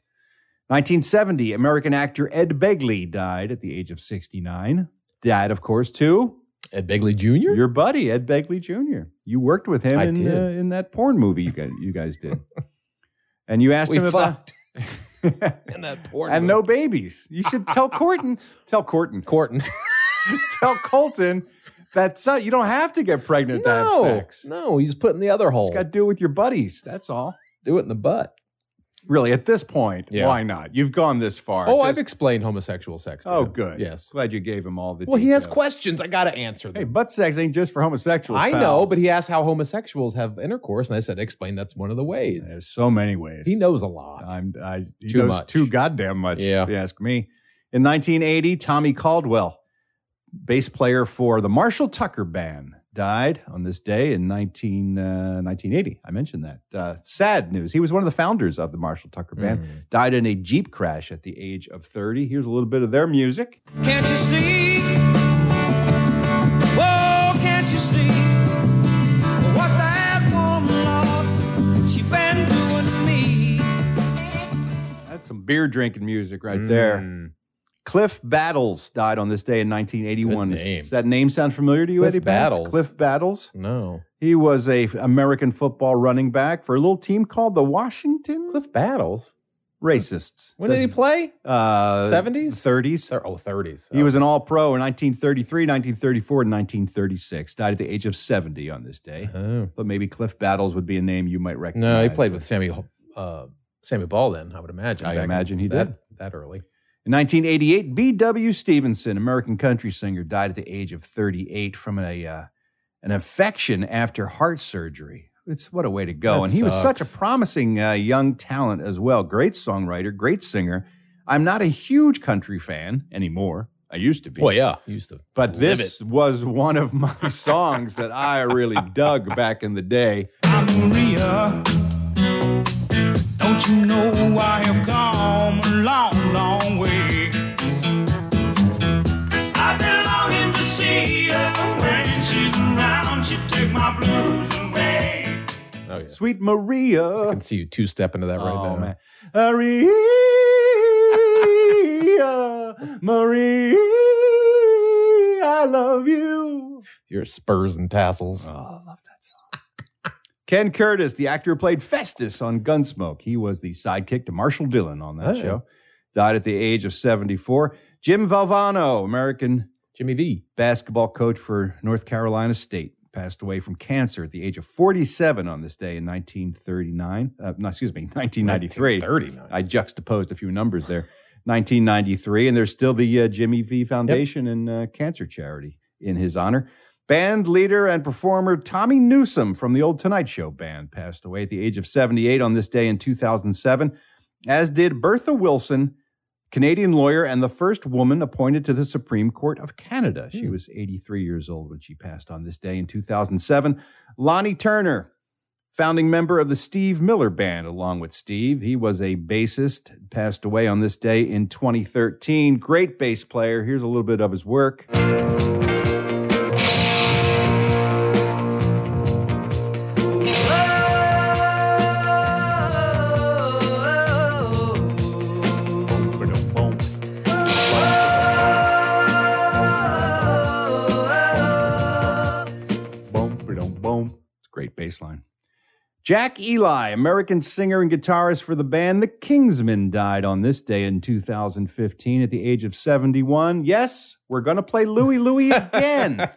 C: 1970, American actor Ed Begley died at the age of 69. Died, of course, too.
D: Ed Begley Jr.
C: Your buddy, Ed Begley Jr. You worked with him
D: I
C: in, uh,
D: did.
C: in that porn movie you guys, you guys did. and you asked
D: We
C: him about.
D: fucked. And that poor
C: and no babies. You should tell Corton, tell Corton,
D: Corton,
C: tell Colton that son, you don't have to get pregnant to have
D: No,
C: sex.
D: no, he's put in the other hole.
C: You got to do it with your buddies. That's all.
D: do it in the butt.
C: Really, at this point,
D: Yeah.
C: why not? You've gone this far.
D: Oh,
C: Just-
D: I've explained homosexual sex. To
C: Oh,
D: him.
C: good.
D: Yes.
C: Glad you gave him all the.
D: Well, he has
C: details.
D: questions. I got to answer
C: Hey,
D: them.
C: butt sex ain't just for homosexuals.
D: I
C: pal.
D: know, but he asked how homosexuals have intercourse, and I said, explain that's one of the ways.
C: there's so many ways.
D: He knows a lot.
C: I'm. I he
D: Too
C: knows
D: much.
C: too goddamn much.
D: Yeah.
C: If you ask me. In 1980, Tommy Caldwell, bass player for the Marshall Tucker Band, died on this day in 19, uh, 1980. I mentioned that. Uh, sad news. He was one of the founders of the Marshall Tucker Band.
D: Hmm.
C: Died in a Jeep crash at the age of 30. Here's a little bit of their music.
M: Can't you see? Whoa, can't you see what that woman, Lord, she been doing to me?
C: That's some beer drinking music right
D: Hmm.
C: there.
D: Mm,
C: Cliff Battles died on this day in 1981.
D: Good
C: Is-
D: name.
C: Does that name sound familiar to you,
D: Cliff
C: Eddie? Pence?
D: Battles.
C: Cliff Battles.
D: No.
C: He was a f- American football running back for a little team called the Washington
D: Cliff Battles.
C: Racists.
D: When did he play?
C: Uh,
D: 70s?
C: 30s.
D: Thir- Oh, 30s.
C: He was an All Pro in 1933, 1934, and 1936. Died at the age of 70 on this day.
D: Oh.
C: But maybe Cliff Battles would be a name you might recognize.
D: No, he played with Sammy uh, Sammy Ball then, I would imagine.
C: I
D: back in
C: imagine he
D: that,
C: did.
D: That early.
C: In 1988, B.W. Stevenson, American country singer, died at the age of 38 from a uh, an infection after heart surgery. It's what a way to go.
D: That
C: and he was such a
D: sucks.
C: promising uh, young talent as well. Great songwriter, great singer. I'm not a huge country fan anymore. I used to be.
D: Well, yeah. Used to.
C: But
D: live
C: this was one of my songs that I really dug back in the day.
M: Maria, don't you know I have come a long, long way? I've been longing to see her when she's around. She take my blues away.
D: Oh, yeah.
C: Sweet Maria.
D: I can see you two step into that right
C: oh,
D: now.
C: man. Oh, Maria, Maria, I love you.
D: Your spurs and tassels.
C: Oh, I love that song. Ken Curtis, the actor who played Festus on Gunsmoke, he was the sidekick to Marshall Dillon on that
D: Oh.
C: show. Died at the age of 74. Jim Valvano, American
D: Jimmy V.
C: basketball coach for North Carolina State, passed away from cancer at the age of 47 on this day in 1939. Uh, no, excuse me, 1993.
D: 39.
C: I juxtaposed a few numbers there. 1993, and there's still the uh, Jimmy V Foundation and uh, Cancer Charity in his honor. Band leader and performer Tommy Newsom from the Old Tonight Show band passed away at the age of 78 on this day in 2007, as did Bertha Wilson, Canadian lawyer and the first woman appointed to the Supreme Court of Canada. She was 83 years old when she passed on this day in 2007. Lonnie Turner, founding member of the Steve Miller Band, along with Steve. He was a bassist, passed away on this day in 2013. Great bass player. Here's a little bit of his work. Boom, ba-dum, boom. It's a great bass line. Jack Eli, American singer and guitarist for the band The Kingsmen, died on this day in 2015 at the age of 71. Yes, we're going to play Louie Louie again.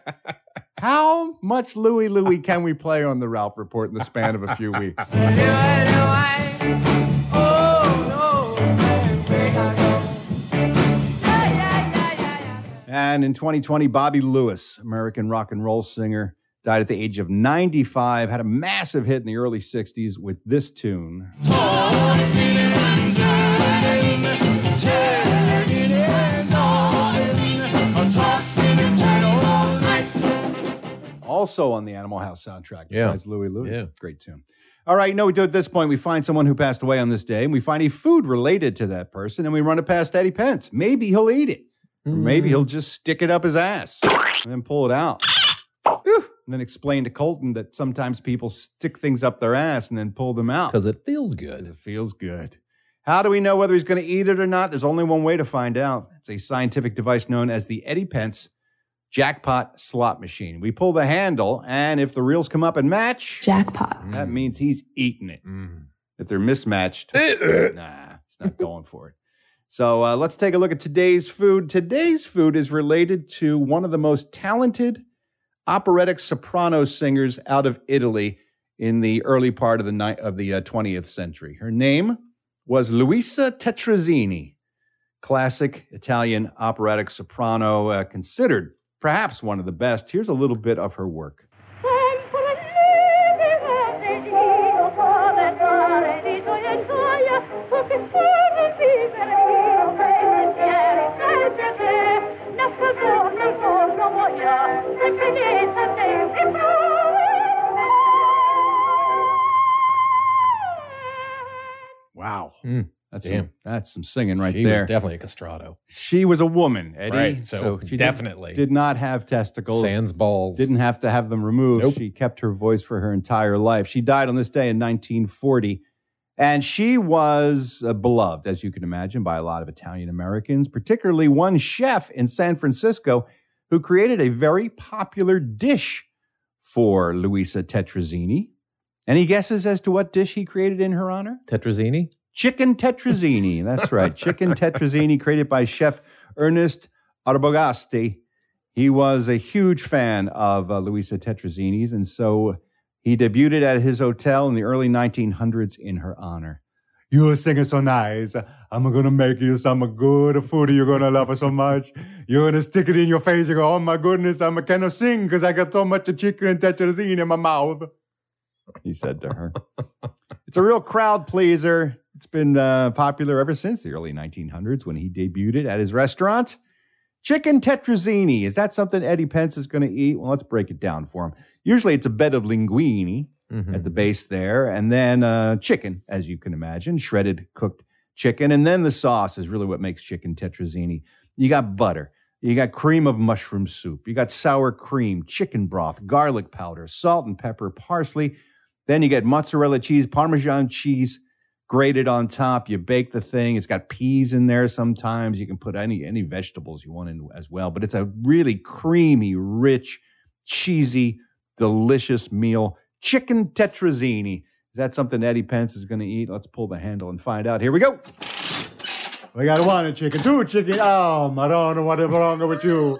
C: How much Louie Louie can we play on the Ralph Report in the span of a few weeks? And in 2020, Bobby Lewis, American rock and roll singer, died at the age of 95, had a massive hit in the early 60s with this tune. Also on the Animal House soundtrack,
D: Yeah.
C: besides Louie Louie.
D: Yeah.
C: Great tune. All right, you know, what we do at this point. We find someone who passed away on this day, and we find a food related to that person, and we run it past Eddie Pence. Maybe he'll eat it. Or
D: Mm.
C: maybe he'll just stick it up his ass and then pull it out. Whew. And then explain to Colton that sometimes people stick things up their ass and then pull them out.
D: Because it feels good.
C: It feels good. How do we know whether he's going to eat it or not? There's only one way to find out. It's a scientific device known as the Eddie Pence jackpot slot machine. We pull the handle, and if the reels come up and match,
O: jackpot.
D: Mm.
C: That means he's eating it. If they're mismatched, nah, he's not going for it. So uh, let's take a look at today's food. Today's food is related to one of the most talented operatic soprano singers out of Italy in the early part of the ni- of the uh, 20th century. Her name was Luisa Tetrazzini, classic Italian operatic soprano, uh, considered perhaps one of the best. Here's a little bit of her work. Wow. Hmm. That's
D: damn.
C: Some, that's some singing right
D: She was
C: there.
D: definitely a castrato.
C: she was a woman, Eddie.
D: Right, so
C: she did-
D: definitely.
C: did, not have testicles.
D: Sans balls.
C: Didn't have to have them removed. She kept her voice for her entire life. She died on this day in 1940. And she was uh, beloved, as you can imagine, by a lot of Italian Americans, particularly one chef in San Francisco who created a very popular dish for Luisa Tetrazzini. Any guesses as to what dish he created in her honor?
D: Tetrazzini?
C: Chicken Tetrazzini. That's right. Chicken Tetrazzini, created by chef Ernest Arbogasti. He was a huge fan of uh, Luisa Tetrazzini's, and so he debuted at his hotel in the early 1900s in her honor. You sing it so nice. I'm gonna make you some good food. You're gonna love it so much. You're gonna stick it in your face. You go, oh my goodness, I'm gonna sing because I got so much chicken and tetrazzini in my mouth. He said to her. It's a real crowd pleaser. It's been uh, popular ever since the early 1900s when he debuted it at his restaurant. Chicken tetrazzini. Is that something Eddie Pence is going to eat? Well, let's break it down for him. Usually it's a bed of linguine
D: Mm-hmm.
C: at the base there, and then uh, chicken, as you can imagine, shredded cooked chicken. And then the sauce is really what makes chicken tetrazzini. You got butter. You got cream of mushroom soup. You got sour cream, chicken broth, garlic powder, salt and pepper, parsley. Then you get mozzarella cheese, Parmesan cheese grated on top. You bake the thing. It's got peas in there sometimes. You can put any any vegetables you want in as well. But it's a really creamy, rich, cheesy, delicious meal. Chicken tetrazzini. Is that something Eddie Pence is going to eat? Let's pull the handle and find out. Here we go. We got one chicken, two chicken. Oh, I don't know what's wrong with you.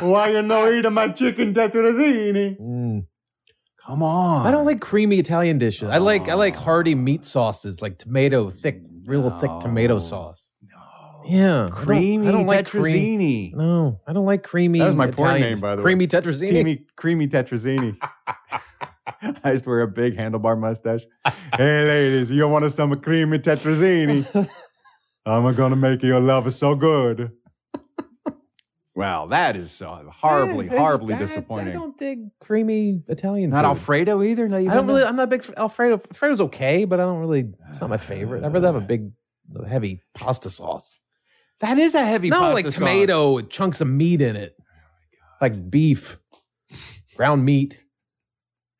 C: Why you no eating my chicken tetrazzini? Come on.
D: Mm. I don't like creamy Italian dishes. I like I like
C: Oh.
D: hearty meat sauces, like tomato thick, real thick tomato sauce. No. Yeah. I don't-
C: Creamy
D: I don't, like cream-
C: tetrazzini.
D: No, I don't like creamy.
C: That was my porn
D: Italian-
C: name, by the
D: creamy
C: way.
D: Tetrazzini.
C: Creamy, creamy tetrazzini. I used to wear a big handlebar mustache. hey, ladies, you want some creamy tetrazzini? I'm gonna make your love so good. wow, that is uh, horribly,
D: Yeah, I just-
C: horribly
D: I-
C: disappointing.
D: I don't dig creamy Italian.
C: Not
D: food.
C: Alfredo either. No, you
D: I don't
C: know?
D: really. I'm not a big f- Alfredo. Alfredo's okay, but I don't really. It's
C: Uh,
D: not my favorite. I'd rather have a big, heavy pasta sauce.
C: That is a heavy.
D: No,
C: pasta
D: like
C: sauce. Oh
D: tomato with chunks of meat in it, like beef, ground meat.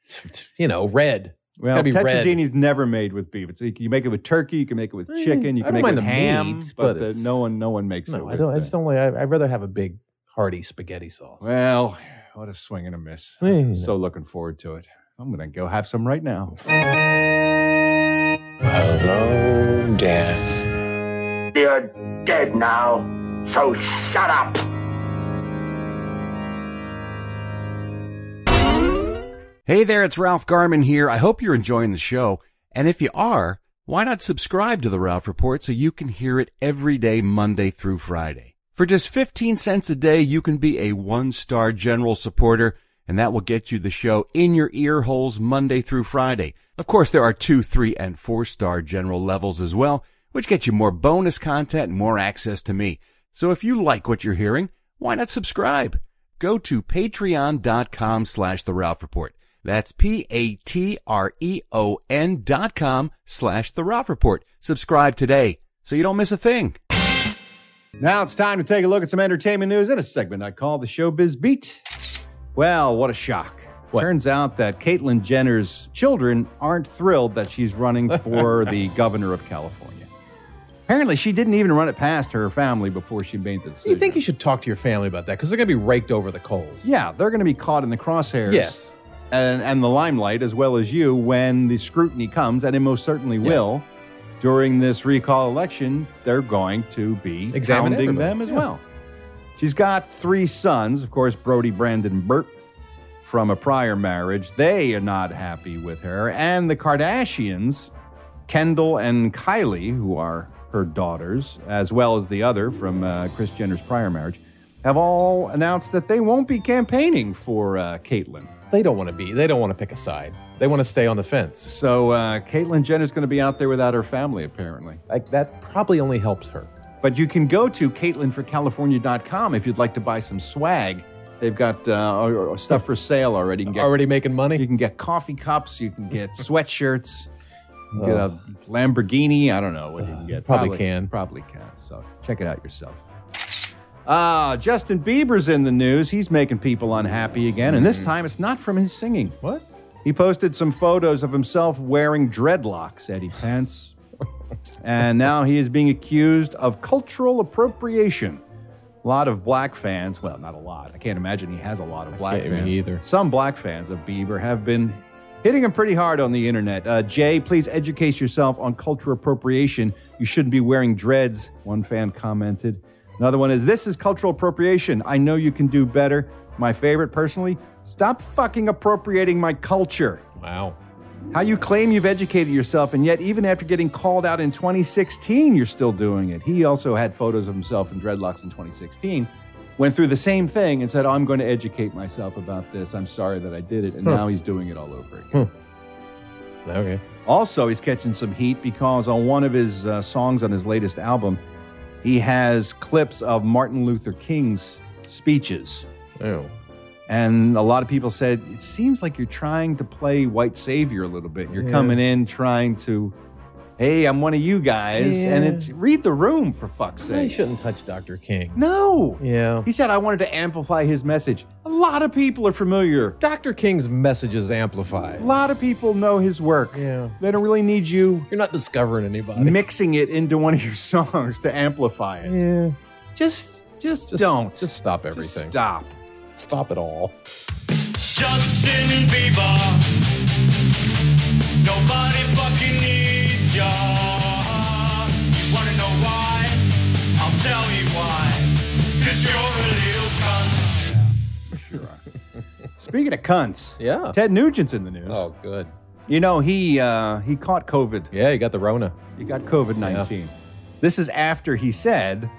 D: T- t- You know, red. It's
C: Well,
D: gotta be red.
C: tetrazzini's never made with beef. It's, you can make it with turkey. You can make it with
D: Eh,
C: chicken. You
D: I
C: can make it
D: don't mind
C: with
D: the
C: ham.
D: meat,
C: but
D: but
C: the-
D: it's-
C: no one, no one makes it.
D: No, I
C: with
D: don't. I
C: the-
D: just don't like. I, I'd rather have a big, hearty spaghetti sauce.
C: Well, what a swing and a miss. I'm so looking forward to it. I'm going to go have some right now. Hello, death.
P: You're dead now, so shut up.
A: Hey there, it's Ralph Garman here. I hope you're enjoying the show. And if you are, why not subscribe to The Ralph Report so you can hear it every day, Monday through Friday? For just 15 cents a day, you can be a one-star general supporter, and that will get you the show in your ear holes Monday through Friday. Of course, there are two, three, and four-star general levels as well, which get you more bonus content and more access to me. So if you like what you're hearing, why not subscribe? Go to patreon.com slash The Ralph Report. That's P-A-T-R-E-O-N E dot com slash The Ralph Report. Subscribe today so you don't miss a thing.
C: Now it's time to take a look at some entertainment news in a segment I call the Showbiz Beat. Well, what a shock. Turns out that Caitlyn Jenner's children aren't thrilled that she's running for the governor of California. Apparently, she didn't even run it past her family before she made the decision.
D: You think you should talk to your family about that because they're going to be raked over the coals.
C: Yeah, they're going to be caught in the crosshairs.
D: Yes.
C: And, and the limelight, as well as you, when the scrutiny comes, and it most certainly will, during this recall election, they're going to be
D: Examine
C: hounding
D: everybody.
C: them as
D: Yeah.
C: well. She's got three sons, of course, Brody, Brandon, and Burt from a prior marriage. They are not happy with her. And the Kardashians, Kendall and Kylie, who are her daughters, as well as the other from uh, Chris Jenner's prior marriage, have all announced that they won't be campaigning for uh, Caitlyn.
D: They don't want to be. They don't want to pick a side. They want to stay on the fence.
C: So uh, Caitlyn Jenner's going to be out there without her family, apparently.
D: Like that probably only helps her.
C: But you can go to CaitlinForCalifornia.com if you'd like to buy some swag. They've got uh, stuff for sale already. You can get,
D: Already making money.
C: You can get coffee cups. You can get sweatshirts. You can get
D: Ugh.
C: a Lamborghini. I don't know what you can get.
D: Oh. Uh, probably can.
C: Probably can. So check it out yourself. Ah, Justin Bieber's in the news. He's making people unhappy again, and
D: Mm-hmm.
C: this time it's not from his singing.
D: What?
C: He posted some photos of himself wearing dreadlocks, Eddie Pence. and now he is being accused of cultural appropriation. A lot of black fans, well, not a lot. I can't imagine he has a lot of black
D: can't me
C: fans.
D: either.
C: Some black fans of Bieber have been hitting him pretty hard on the internet. Uh, Jay, please educate yourself on cultural appropriation. You shouldn't be wearing dreads, one fan commented. Another one is, This is cultural appropriation. I know you can do better. My favorite, personally, stop fucking appropriating my culture.
D: Wow.
C: How you claim you've educated yourself, and yet even after getting called out in 2016, you're still doing it. He also had photos of himself in dreadlocks in 2016, went through the same thing and said, oh, I'm going to educate myself about this. I'm sorry that I did it. And
D: Huh.
C: now he's doing it all over again.
D: Okay.
C: Also, he's catching some heat because on one of his uh, songs on his latest album, he has clips of Martin Luther King's speeches.
D: Oh.
C: And a lot of people said, it seems like you're trying to play white savior a little bit. You're
D: Yeah.
C: coming in trying to, hey, I'm one of you guys. And
D: Yeah.
C: it's read the room for fuck's
D: They
C: sake.
D: shouldn't touch Dr. King.
C: No.
D: Yeah.
C: He said, I wanted to amplify his message. A lot of people are familiar.
D: Dr. King's message is amplified.
C: A lot of people know his work.
D: Yeah.
C: They don't really need you
D: You're not discovering anybody.
C: mixing it into one of your songs to amplify it.
D: Yeah.
C: Just, just,
D: Just-
C: don't.
D: Just stop
C: Just
D: everything.
C: stop.
D: Stop it all.
M: Justin Bieber. Nobody fucking needs ya. You wanna know why? I'll tell you why. Cause you're a little cunt.
C: Speaking of cunts,
D: Yeah.
C: Ted Nugent's in the news.
D: Oh, good.
C: You know, he uh, he caught COVID.
D: Yeah, you got the Rona.
C: He got COVID 19. This is after he said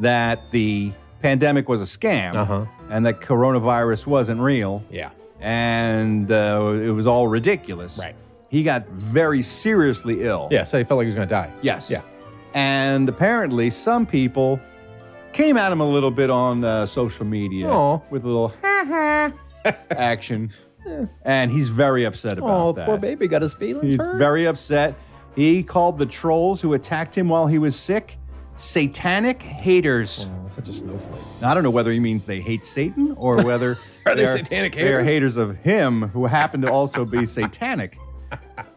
C: that the pandemic was a scam
D: Uh-huh.
C: and that coronavirus wasn't real
D: Yeah.
C: and uh, it was all ridiculous.
D: Right.
C: He got very seriously ill.
D: Yeah. So he felt like he was going to die.
C: Yes.
D: Yeah.
C: And apparently, some people came at him a little bit on uh, social media
D: Aw.
C: with a little action. and he's very upset about
D: Oh,
C: that.
D: poor baby got his feelings
C: He's
D: hurt.
C: very upset. He called the trolls who attacked him while he was sick satanic haters.
D: Oh, such a snowflake.
C: I don't know whether he means they hate Satan or whether
D: Are they satanic
C: They are
D: haters?
C: haters of him who happen to also be satanic.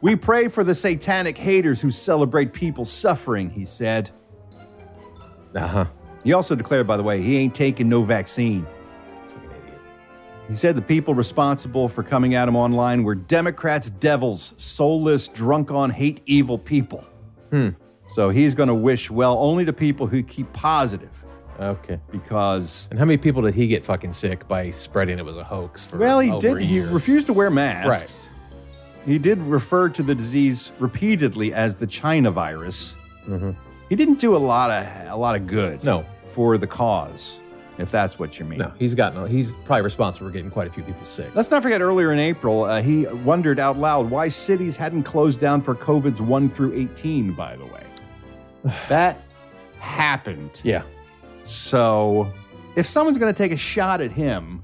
C: We pray for the satanic haters who celebrate people suffering, he said.
D: Uh huh.
C: He also declared, by the way, he ain't taking no vaccine. He said the people responsible for coming at him online were Democrats, devils, soulless, drunk on hate, evil people.
D: Hmm.
C: So he's going to wish well only to people who keep positive
D: Okay.
C: Because.
D: And how many people did he get fucking sick by spreading it was a hoax for
C: Well, he
D: over
C: did.
D: a
C: He
D: year?
C: refused to wear masks.
D: Right.
C: He did refer to the disease repeatedly as the China virus. He didn't do a lot of a lot of good.
D: Mm-hmm. No.
C: For the cause, if that's what you mean.
D: No, he's gotten. He's probably responsible for getting quite a few people sick.
C: Let's not forget earlier in April, uh, he wondered out loud why cities hadn't closed down for COVID's 1 through 18, by the way. that happened.
D: Yeah.
C: So if someone's going to take a shot at him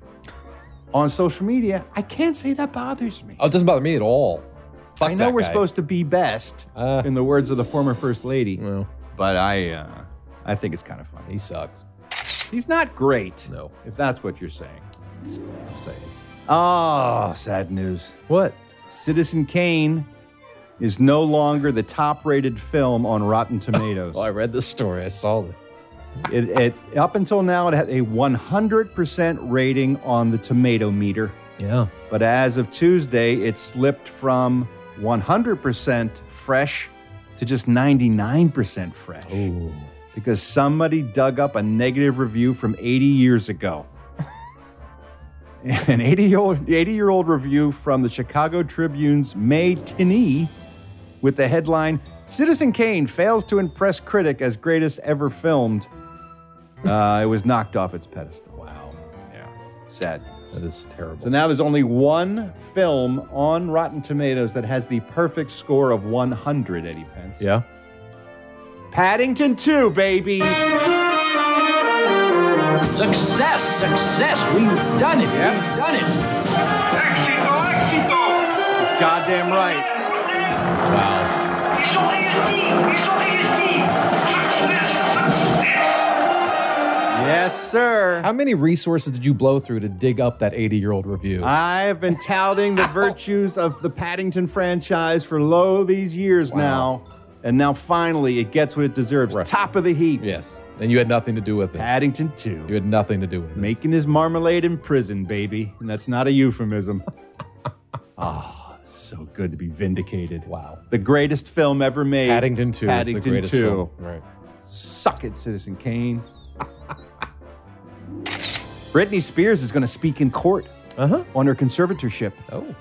C: on social media, I can't say that bothers me.
D: Oh, it doesn't bother me at all. Fuck
C: I know
D: that
C: we're
D: guy. Uh.
C: supposed to be best, in the words of the former first lady. But I, uh, I think it's kind of funny.
D: He sucks.
C: He's not great.
D: No,
C: if that's what you're saying.
D: That's what I'm saying.
C: Oh, sad news.
D: What?
C: Citizen Kane is no longer the top-rated film on Rotten Tomatoes.
D: Oh, I read this story. I saw this.
C: It, it up until now it had a 100% rating on the tomato meter.
D: Yeah.
C: But as of Tuesday, it slipped from 100% fresh to just 99% fresh. Because somebody dug up a negative review from 80 years ago. An 80 year old 80 year old review from the Chicago Tribune's May Tinney with the headline Citizen Kane fails to impress critic as greatest ever filmed. Uh, it was knocked off its pedestal.
D: Wow.
C: Yeah. Sad.
D: That is terrible.
C: So now there's only one film on Rotten Tomatoes that has the perfect score of 100, Eddie Pence.
D: Yeah.
C: Paddington 2, baby.
M: Success, success. We've done it. We've done it.
C: Goddamn right. Yes, sir.
D: How many resources did you blow through to dig up that 80 year old review?
C: I've been touting the virtues of the Paddington franchise for lo these years now. And now finally it gets what it deserves. Top of the heap.
D: Yes. And you had nothing to do with it.
C: Paddington 2.
D: You had nothing to do with it.
C: Making his marmalade in prison, baby. And that's not a euphemism. Ah, so good to be vindicated.
D: Wow.
C: The greatest film ever made.
D: Paddington 2 is the
C: Paddington
D: greatest
C: 2.
D: film. Right.
C: Suck it, Citizen Kane. Britney Spears is going to speak in court
D: Uh-huh.
C: on her conservatorship.
D: Oh,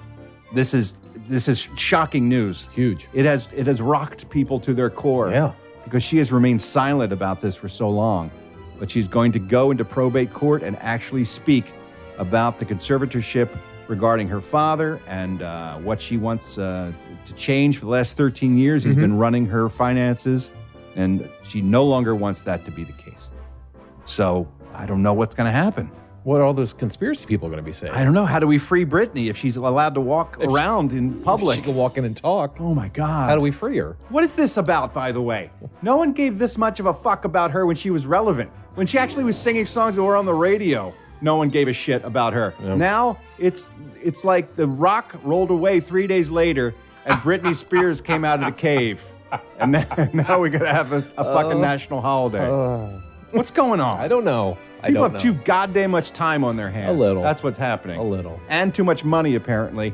C: this is this is shocking news.
D: Huge.
C: It has it has rocked people to their core.
D: Yeah,
C: because she has remained silent about this for so long, but she's going to go into probate court and actually speak about the conservatorship regarding her father and uh, what she wants uh, to change for the last 13 years. He's
D: Mhm.
C: been running her finances, and she no longer wants that to be the case. So I don't know what's going to happen.
D: What are all those conspiracy people going to be saying?
C: I don't know. How do we free Britney if she's allowed to walk
D: If she-
C: around in public?
D: She can walk in and talk.
C: Oh my God.
D: How do we free her?
C: What is this about, by the way? No one gave this much of a fuck about her when she was relevant. When she actually was singing songs that were on the radio, no one gave a shit about her. Now it's it's like the rock rolled away three days later, and Britney Spears came out of the cave, and now, now we're gonna have a, a fucking
D: Oh.
C: national holiday.
D: Oh.
C: What's going on?
D: I don't know. I
C: People
D: don't
C: have
D: know.
C: too goddamn much time on their hands.
D: A little.
C: That's what's happening.
D: A little.
C: And too much money, apparently,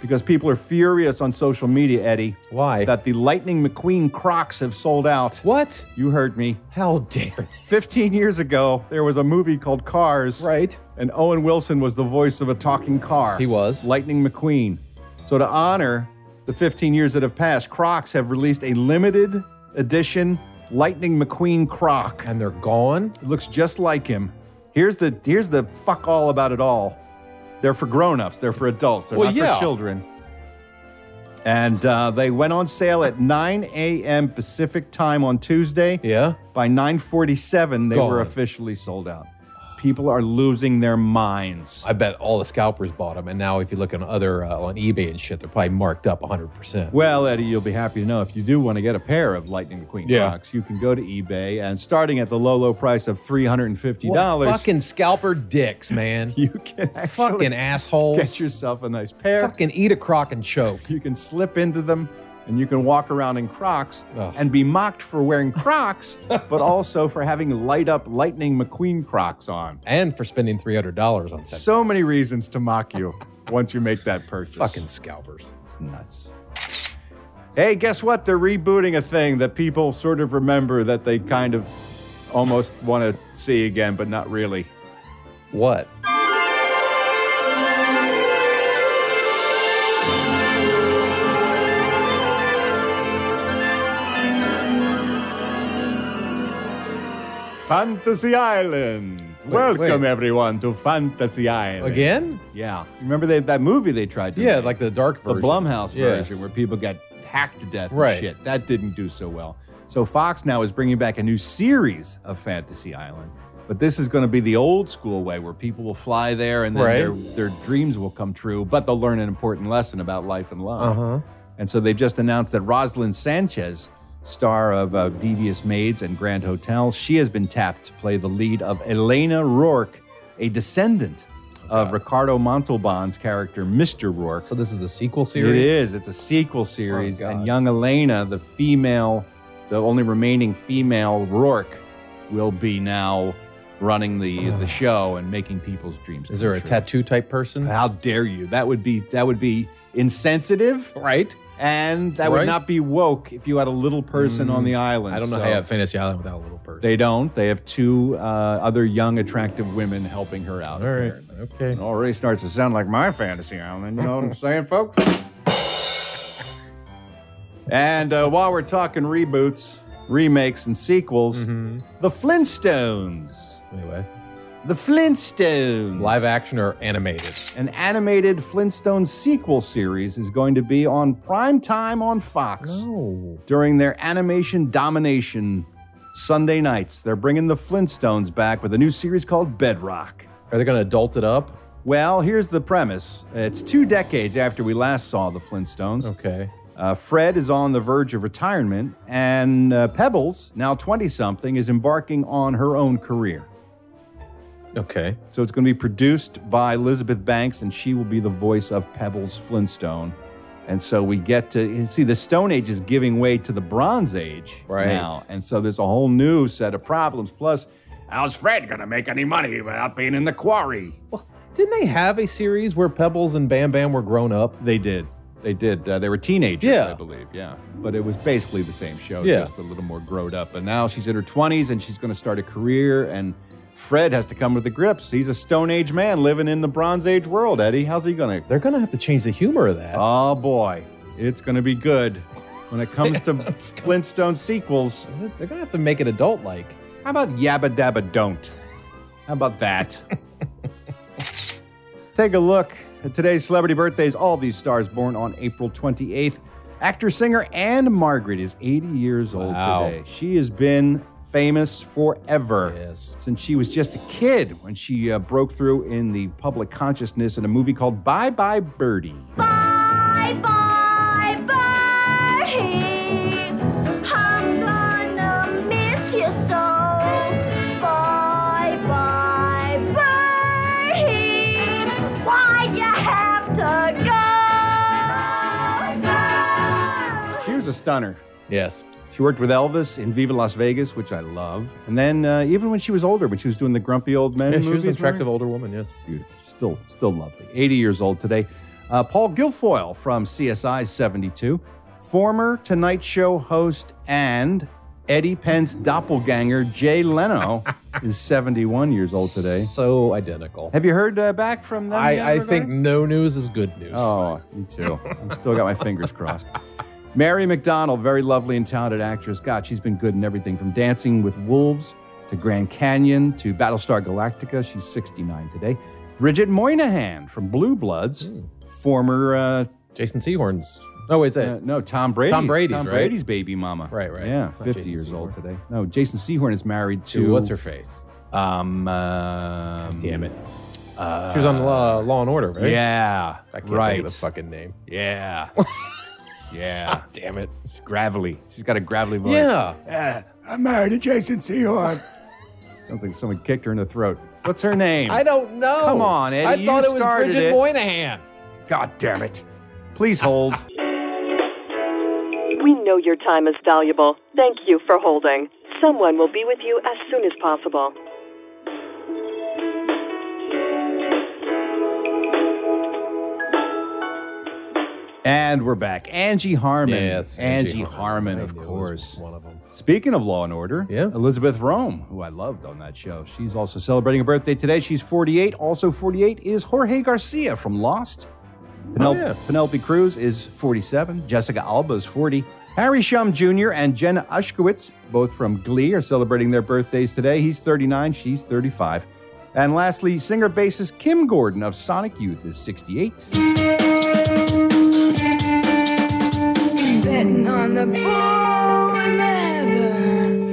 C: because people are furious on social media, Eddie.
D: Why?
C: That the Lightning McQueen Crocs have sold out.
D: What?
C: You heard me.
D: How dare
C: 15 years ago, there was a movie called Cars.
D: Right.
C: And Owen Wilson was the voice of a talking car. He
D: was.
C: Lightning McQueen. So, to honor the 15 years that have passed, Crocs have released a limited edition Lightning McQueen Croc.
D: And they're gone?
C: It looks just like him. Here's the here's the fuck all about it all. They're for grown-ups, they're for adults, they're
D: Well,
C: not
D: yeah.
C: for children. And uh, they went on sale at 9 a.m. Pacific time on Tuesday.
D: Yeah.
C: By 9:47, they were
D: Gone.
C: officially sold out. People are losing their minds.
D: I bet all the scalpers bought them, and now if you look on other uh, on eBay and shit, they're probably marked up 100. percent
C: Well, Eddie, you'll be happy to know if you do want to get a pair of Lightning McQueen
D: Yeah.
C: Crocs, you can go to eBay and starting at the low, low price of $350,
D: Fucking scalper dicks, man.
C: you can actually
D: fucking assholes.
C: get yourself a nice pair.
D: Fucking eat a crock and choke.
C: You can slip into them and you can walk around in Crocs
D: Ugh.
C: and be mocked for wearing Crocs, but also for having light up Lightning McQueen Crocs on.
D: And for spending $300 on sex.
C: So many reasons to mock you once you make that purchase.
D: fucking scalpers.
C: It's nuts. Hey, guess what? They're rebooting a thing that people sort of remember that they kind of almost want to see again, but not really.
D: What?
C: Fantasy Island. Welcome everyone to Fantasy Island.
D: Again?
C: Yeah. Remember they, that movie they tried to
D: Yeah,
C: make?
D: like the dark version.
C: The Blumhouse
D: Yes.
C: version where people got hacked to death
D: Right.
C: and shit. That didn't do so well. So Fox now is bringing back a new series of Fantasy Island, but this is going to be the old school way where people will fly there and then
D: Right.
C: their, their dreams will come true, but they'll learn an important lesson about life and love.
D: Uh-huh.
C: And so they've just announced that Rosalind Sanchez, star of uh, Devious Maids and Grand Hotel, she has been tapped to play the lead of Elena Rourke, a descendant
D: Oh,
C: of Ricardo Montalban's character, Mr. Rourke. So
D: this is a sequel
C: It
D: series?
C: is. It's a sequel series. and young Elena, the female, the only remaining female Rourke, will be now running the, the show and making people's dreams
D: Is
C: come
D: there a
C: true.
D: tattoo type person?
C: How dare you? That would be that would be insensitive,
D: right?
C: And that
D: Right.
C: would not be woke if you had a little person on the island.
D: I don't know
C: So
D: how you have Fantasy Island without a little person.
C: They don't. They have two uh, other young, attractive women helping her out.
D: All right.
C: apparently.
D: Okay.
C: It already starts to sound like my fantasy island. You know what I'm saying, folks? And uh, while we're talking reboots, remakes, and sequels, the Flintstones.
D: Anyway.
C: The Flintstones.
D: Live action or animated?
C: An animated Flintstones sequel series is going to be on prime time on Fox
D: Oh.
C: during their animation domination Sunday nights. They're bringing the Flintstones back with a new series called Bedrock.
D: Are they going to adult it up?
C: Well, here's the premise it's two decades after we last saw the Flintstones.
D: Okay.
C: Uh, Fred is on the verge of retirement, and uh, Pebbles, now 20 something, is embarking on her own career.
D: Okay.
C: So it's going to be produced by Elizabeth Banks, and she will be the voice of Pebbles Flintstone. And so we get to see the Stone Age is giving way to the Bronze Age
D: Right.
C: now. And so there's a whole new set of problems. Plus, how's Fred going to make any money without being in the quarry?
D: Didn't they have a series where Pebbles and Bam Bam were grown up?
C: They did. They did. Uh, they were teenagers,
D: Yeah.
C: I believe. Yeah. But it was basically the same show,
D: Yeah.
C: just a little more growed up. But now she's in her 20s and she's going to start a career. And Fred has to come with the grips. He's a Stone Age man living in the Bronze Age world, Eddie. How's he going to?
D: They're going to have to change the humor of that.
C: Oh, boy. It's going to be good when it comes to Flintstone sequels.
D: They're going to have to make it adult like.
C: How about Yabba Dabba Don't? How about that? Let's take a look at today's celebrity birthdays. All these stars born on April 28th. Actor, singer, and Margaret is 80 years old
D: Wow.
C: today. She has been famous forever. Yes. Since she was just a kid when she uh, broke through in the public consciousness in a movie called Bye Bye Birdie.
O: Bye bye, Bertie. I'm gonna miss you so. Bye bye, Bertie. Why'd you have to go?
C: She was a stunner.
D: Yes.
C: She worked with Elvis in Viva Las Vegas, which I love. And then uh, even when she was older, when she was doing the grumpy old men
D: Yeah, she
C: movies,
D: was an attractive
C: right?
D: older woman, yes.
C: beautiful. Still, still lovely. 80 years old today. Uh, Paul Guilfoyle from CSI 72, former Tonight Show host and Eddie Penn's doppelganger Jay Leno is 71 years old today.
D: So identical.
C: Have you heard uh, back from them? yet
D: I, I
C: regarding-
D: think no news is good news.
C: Oh, me too. I'm still got my fingers crossed. Mary McDonald, very lovely and talented actress. God, she's been good in everything from Dancing with Wolves to Grand Canyon to Battlestar Galactica. She's 69 today. Bridget Moynihan from Blue Bloods,
D: Hmm.
C: former uh,
D: Jason Seahorn's. Oh, is it?
C: uh, no, Tom Brady.
D: Tom Brady's,
C: Tom
D: right?
C: Brady's baby mama.
D: Right, right.
C: Yeah,
D: Not
C: 50
D: Jason
C: years old today. No, Jason Sehorn is married
D: To
C: to.
D: what's her face?
C: Um, um,
D: Damn it.
C: Uh,
D: She was on Law, Law and Order, right?
C: Yeah.
D: I can't
C: right.
D: think of the fucking name.
C: Yeah. yeah.
D: Ah, Damn it.
C: She's gravelly. She's got a gravelly voice.
D: Yeah.
C: I'm Uh, married to Jason Seahorn. Sounds like someone kicked her in the throat. What's her name?
D: I don't know.
C: Come on, Eddie.
D: I thought
C: you
D: it was
C: started
D: Bridget
C: it.
D: Moynihan.
C: God damn it. Please hold.
Q: We know your time is valuable. Thank you for holding. Someone will be with you as soon as possible.
C: And we're back. Angie Harmon.
D: Yes,
C: Angie,
D: Angie
C: Harmon, of course. One of them. Speaking of Law and Order, yeah. Elizabeth Rome, who I loved on that show. She's also celebrating a birthday today. She's 48. Also 48 is Jorge Garcia from Lost. Penel-
D: yeah.
C: Penelope Cruz is 47. Jessica Alba is 40. Harry Shum Jr. and Jenna Ushkowitz, both from Glee, are celebrating their birthdays today. He's 39, she's 35. And lastly, singer bassist Kim Gordon of Sonic Youth is 68.
M: Betting on the ball and the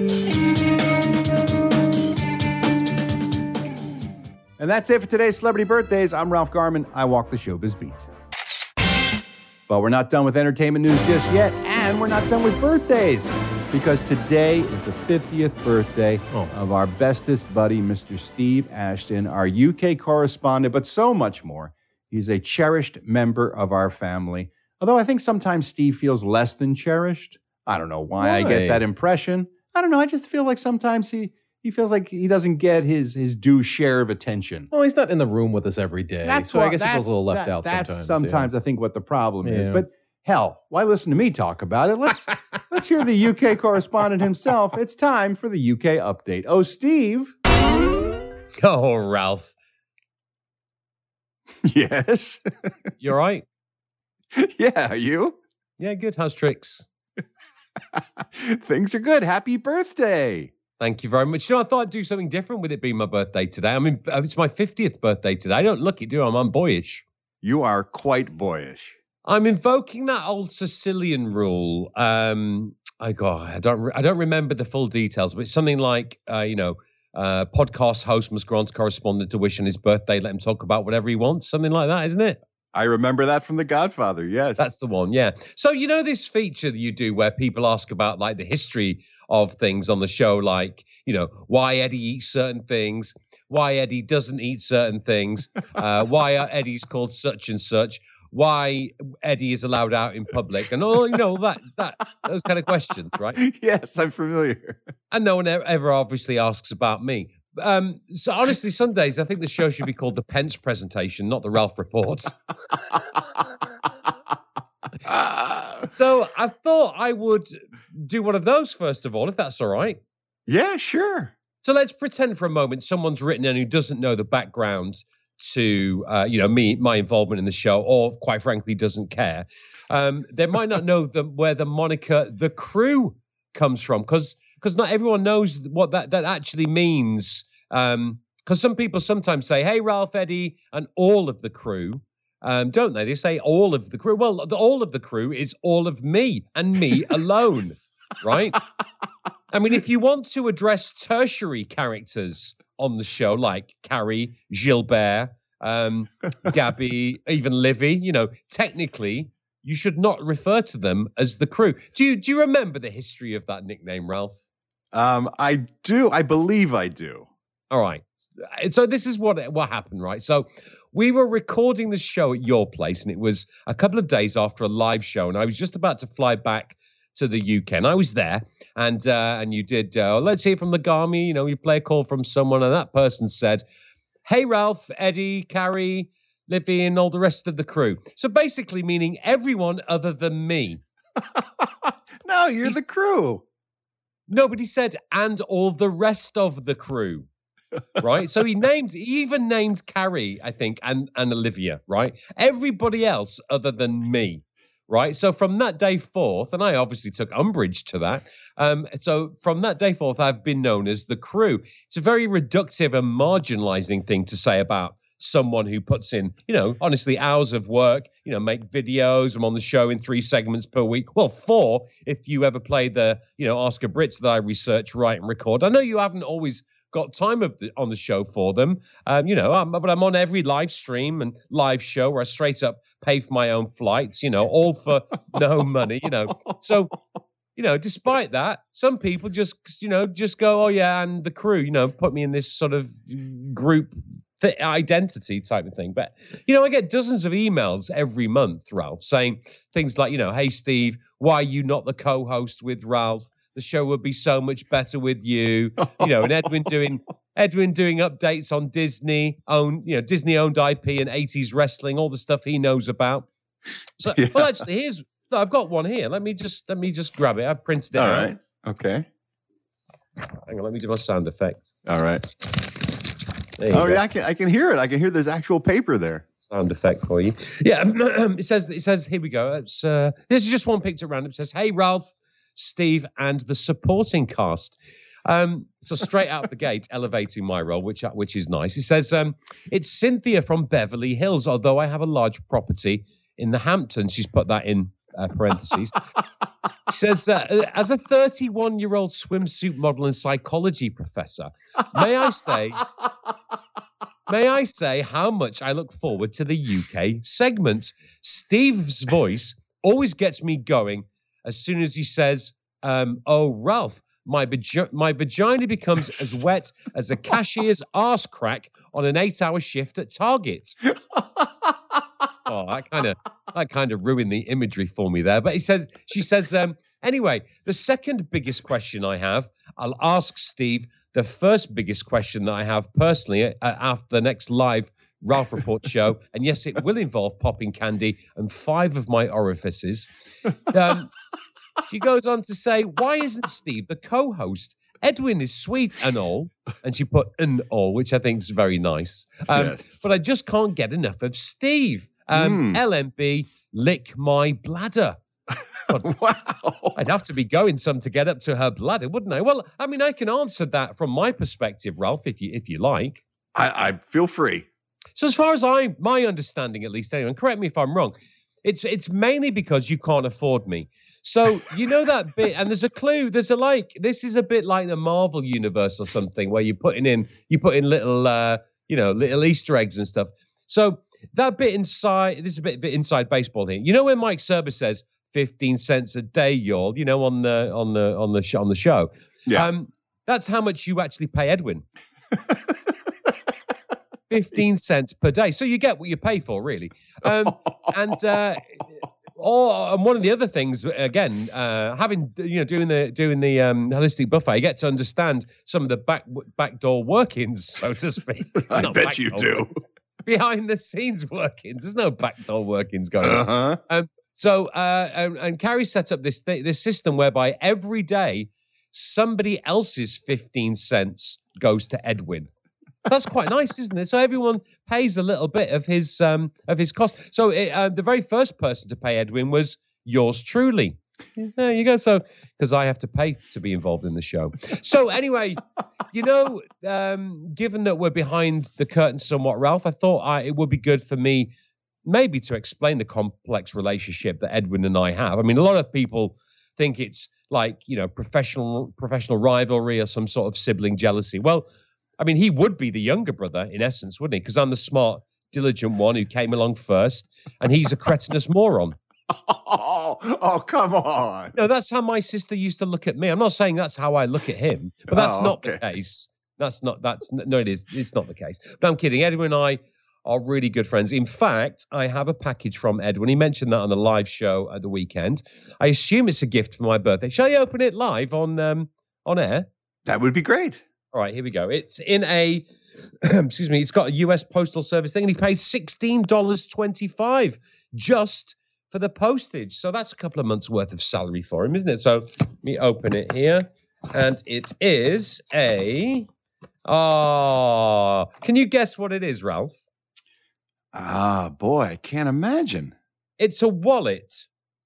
C: And that's it for today's Celebrity Birthdays. I'm Ralph Garman. I walk the showbiz beat. But we're not done with entertainment news just yet, and we're not done with birthdays because today is the 50th birthday of our bestest buddy, Mr. Steve Ashton, our UK correspondent, but so much more. He's a cherished member of our family. Although I think sometimes Steve feels less than cherished. I don't know why I
D: Why?
C: get that impression. I don't know. I just feel like sometimes he he feels like he doesn't get his his due share of attention.
D: Well, he's not in the room with us every day, so
C: why-
D: I guess he
C: that's-
D: feels a little left
C: that-
D: out
C: that's
D: sometimes.
C: I think what the problem is.
D: Yeah.
C: But hell, why listen to me talk about it? Let's let's hear the UK correspondent himself. It's time for the UK update. Oh, Steve.
R: Oh, Ralph.
C: Yes.
R: You're right.
C: yeah, are you?
R: Yeah, good. How's tricks?
C: Things are good. Happy birthday.
R: Thank you very much. You know, I thought I'd do something different with it being my birthday today. I mean, it's my 50th birthday today. I don't look it, do I? I'm, I'm boyish.
C: You are quite boyish.
R: I'm invoking that old Sicilian rule. Um, I God, I don't, re- I don't remember the full details, but it's something like, uh, you know, uh, podcast host must grant correspondent to wish on his birthday. Let him talk about whatever he wants. Something like that, isn't it?
C: I remember that from The Godfather. Yes,
R: that's the one. Yeah. So you know this feature that you do where people ask about like the history of things on the show, like you know why Eddie eats certain things, why Eddie doesn't eat certain things, uh, why are Eddie's called such and such, why Eddie is allowed out in public, and all you know that that those kind of questions, right?
C: Yes, I'm familiar.
R: And no one e- ever obviously asks about me. Um, so honestly, some days I think the show should be called the Pence presentation, not the Ralph report. so I thought I would do one of those first of all, if that's all right.
C: Yeah, sure.
R: So let's pretend for a moment someone's written in who doesn't know the background to uh, you know me, my involvement in the show, or quite frankly doesn't care. Um, they might not know the, where the moniker "the crew" comes from, because because not everyone knows what that that actually means. Because some people sometimes say, "Hey, Ralph, Eddie, and all of the crew." um, don't they? They say all of the crew. Well, the, all of the crew is all of me and me alone, right? I mean, if you want to address tertiary characters on the show, like Carrie, Gilbert, um, Gabby, even Livy, you know, technically you should not refer to them as the crew. Do you do you remember the history of that nickname, Ralph?
C: Um, I do. I believe I do.
R: All right. And So this is what what happened, right? So we were recording the show at your place, and it was a couple of days after a live show, and I was just about to fly back to the UK, and I was there, and uh, and you did. Uh, Let's hear from the Garmy. You know, you play a call from someone, and that person said, "Hey, Ralph, Eddie, Carrie, Livy, and all the rest of the crew." So basically, meaning everyone other than me.
C: no, you're the crew.
R: Nobody said, and all the rest of the crew. right? So he named, he even named Carrie, I think, and, and Olivia, right? Everybody else other than me, right? So from that day forth, and I obviously took umbrage to that. Um, so from that day forth, I've been known as the crew. It's a very reductive and marginalizing thing to say about someone who puts in, you know, honestly, hours of work, you know, make videos. I'm on the show in three segments per week. Well, four if you ever play the, you know, Oscar Brits that I research, write, and record. I know you haven't always got time of the, on the show for them. Um, you know, I'm, but I'm on every live stream and live show where I straight up pay for my own flights, you know, all for no money, you know. So, you know, despite that, some people just, you know, just go, oh, yeah, and the crew, you know, put me in this sort of group th- identity type of thing. But, you know, I get dozens of emails every month, Ralph, saying things like, you know, hey, Steve, why are you not the co host with Ralph? The show would be so much better with you. You know, and Edwin doing. Edwin doing updates on Disney own, you know, Disney owned IP and 80s wrestling, all the stuff he knows about. So,
C: Yeah.
R: well, actually, here's no, I've got one here. Let me just let me just grab it. I printed it.
C: All
R: out.
C: right. Okay.
R: Hang on, let me do my sound effect.
C: All right.
R: There you
C: Oh,
R: go.
C: yeah, I can, I can hear it. I can hear there's actual paper there.
R: sound effect for you. Yeah, um, it says it says here we go. It's uh, this is just one picture at random. It says, "Hey Ralph, Steve, and the supporting cast." Um, so straight out the gate, elevating my role, which uh, which is nice. It says, um, "It's Cynthia from Beverly Hills." Although I have a large property in the Hamptons, she's put that in uh, parentheses. It says, uh, "As a 31-year-old swimsuit model and psychology professor, may I say." May I say how much I look forward to the UK segment? Steve's voice always gets me going as soon as he says, um, Oh, Ralph, my, vagi- my vagina becomes as wet as a cashier's arse crack on an eight hour shift at Target. oh, that kind of that kind of ruined the imagery for me there. But he says, she says, um, anyway, the second biggest question I have, I'll ask Steve. The first biggest question that I have personally uh, after the next live Ralph Report show, and yes, it will involve popping candy and five of my orifices. Um, she goes on to say, Why isn't Steve the co host? Edwin is sweet and all. And she put an all, which I think is very nice. Um, But I just can't get enough of Steve. Um, LMB, lick my bladder. wow. I'd have to be going some to get up to her bladder, wouldn't I? Well, I mean, I can answer that from my perspective, Ralph, if you if you like.
C: I, I feel free.
R: So as far as I my understanding, at least anyway, and correct me if I'm wrong, it's it's mainly because you can't afford me. So you know that bit, and there's a clue. There's a like this is a bit like the Marvel universe or something where you're putting in you put in little uh you know little Easter eggs and stuff. So that bit inside this is a bit, bit inside baseball here. You know when Mike Serber says 15 cents a day, y'all, you know, on the on the on the sh- on the show. Yeah. Um, that's how much you actually pay Edwin. 15 cents per day. So you get what you pay for, really. Um, and uh, or and one of the other things again, uh, having you know doing the doing the um, holistic buffet, you get to understand some of the back backdoor workings, so to speak.
C: I
R: Not
C: bet you
R: backdoor
C: do.
R: workings. Behind the scenes workings. There's no backdoor workings going on. Um, so uh, and, and Carrie set up this thi- this system whereby every day somebody else's 15 cents goes to Edwin. That's quite nice, isn't it? So everyone pays a little bit of his um, of his cost. So it, uh, the very first person to pay Edwin was yours truly. There you go. So because I have to pay to be involved in the show. So anyway, you know, um, given that we're behind the curtain somewhat, Ralph, I thought I, it would be good for me maybe to explain the complex relationship that Edwin and I have. I mean, a lot of people think it's like you know professional professional rivalry or some sort of sibling jealousy. Well, I mean, he would be the younger brother in essence, wouldn't he? Because I'm the smart, diligent one who came along first, and he's a cretinous moron.
C: Oh, oh, come on.
R: No, that's how my sister used to look at me. I'm not saying that's how I look at him, but that's
C: Oh,
R: not the case. That's not that's no, it is. It's not the case. But I'm kidding. Edwin and I are really good friends. In fact, I have a package from Edwin. He mentioned that on the live show at the weekend. I assume it's a gift for my birthday. Shall I open it live on um on air?
C: That would be great.
R: All right, here we go. It's in a excuse me, it's got a US Postal Service thing, and he paid $16.25 just for the postage. So that's a couple of months worth of salary for him, isn't it? So let me open it here. And it is a ah. can you guess what it is, Ralph?
C: Ah, boy, I can't imagine.
R: It's a wallet.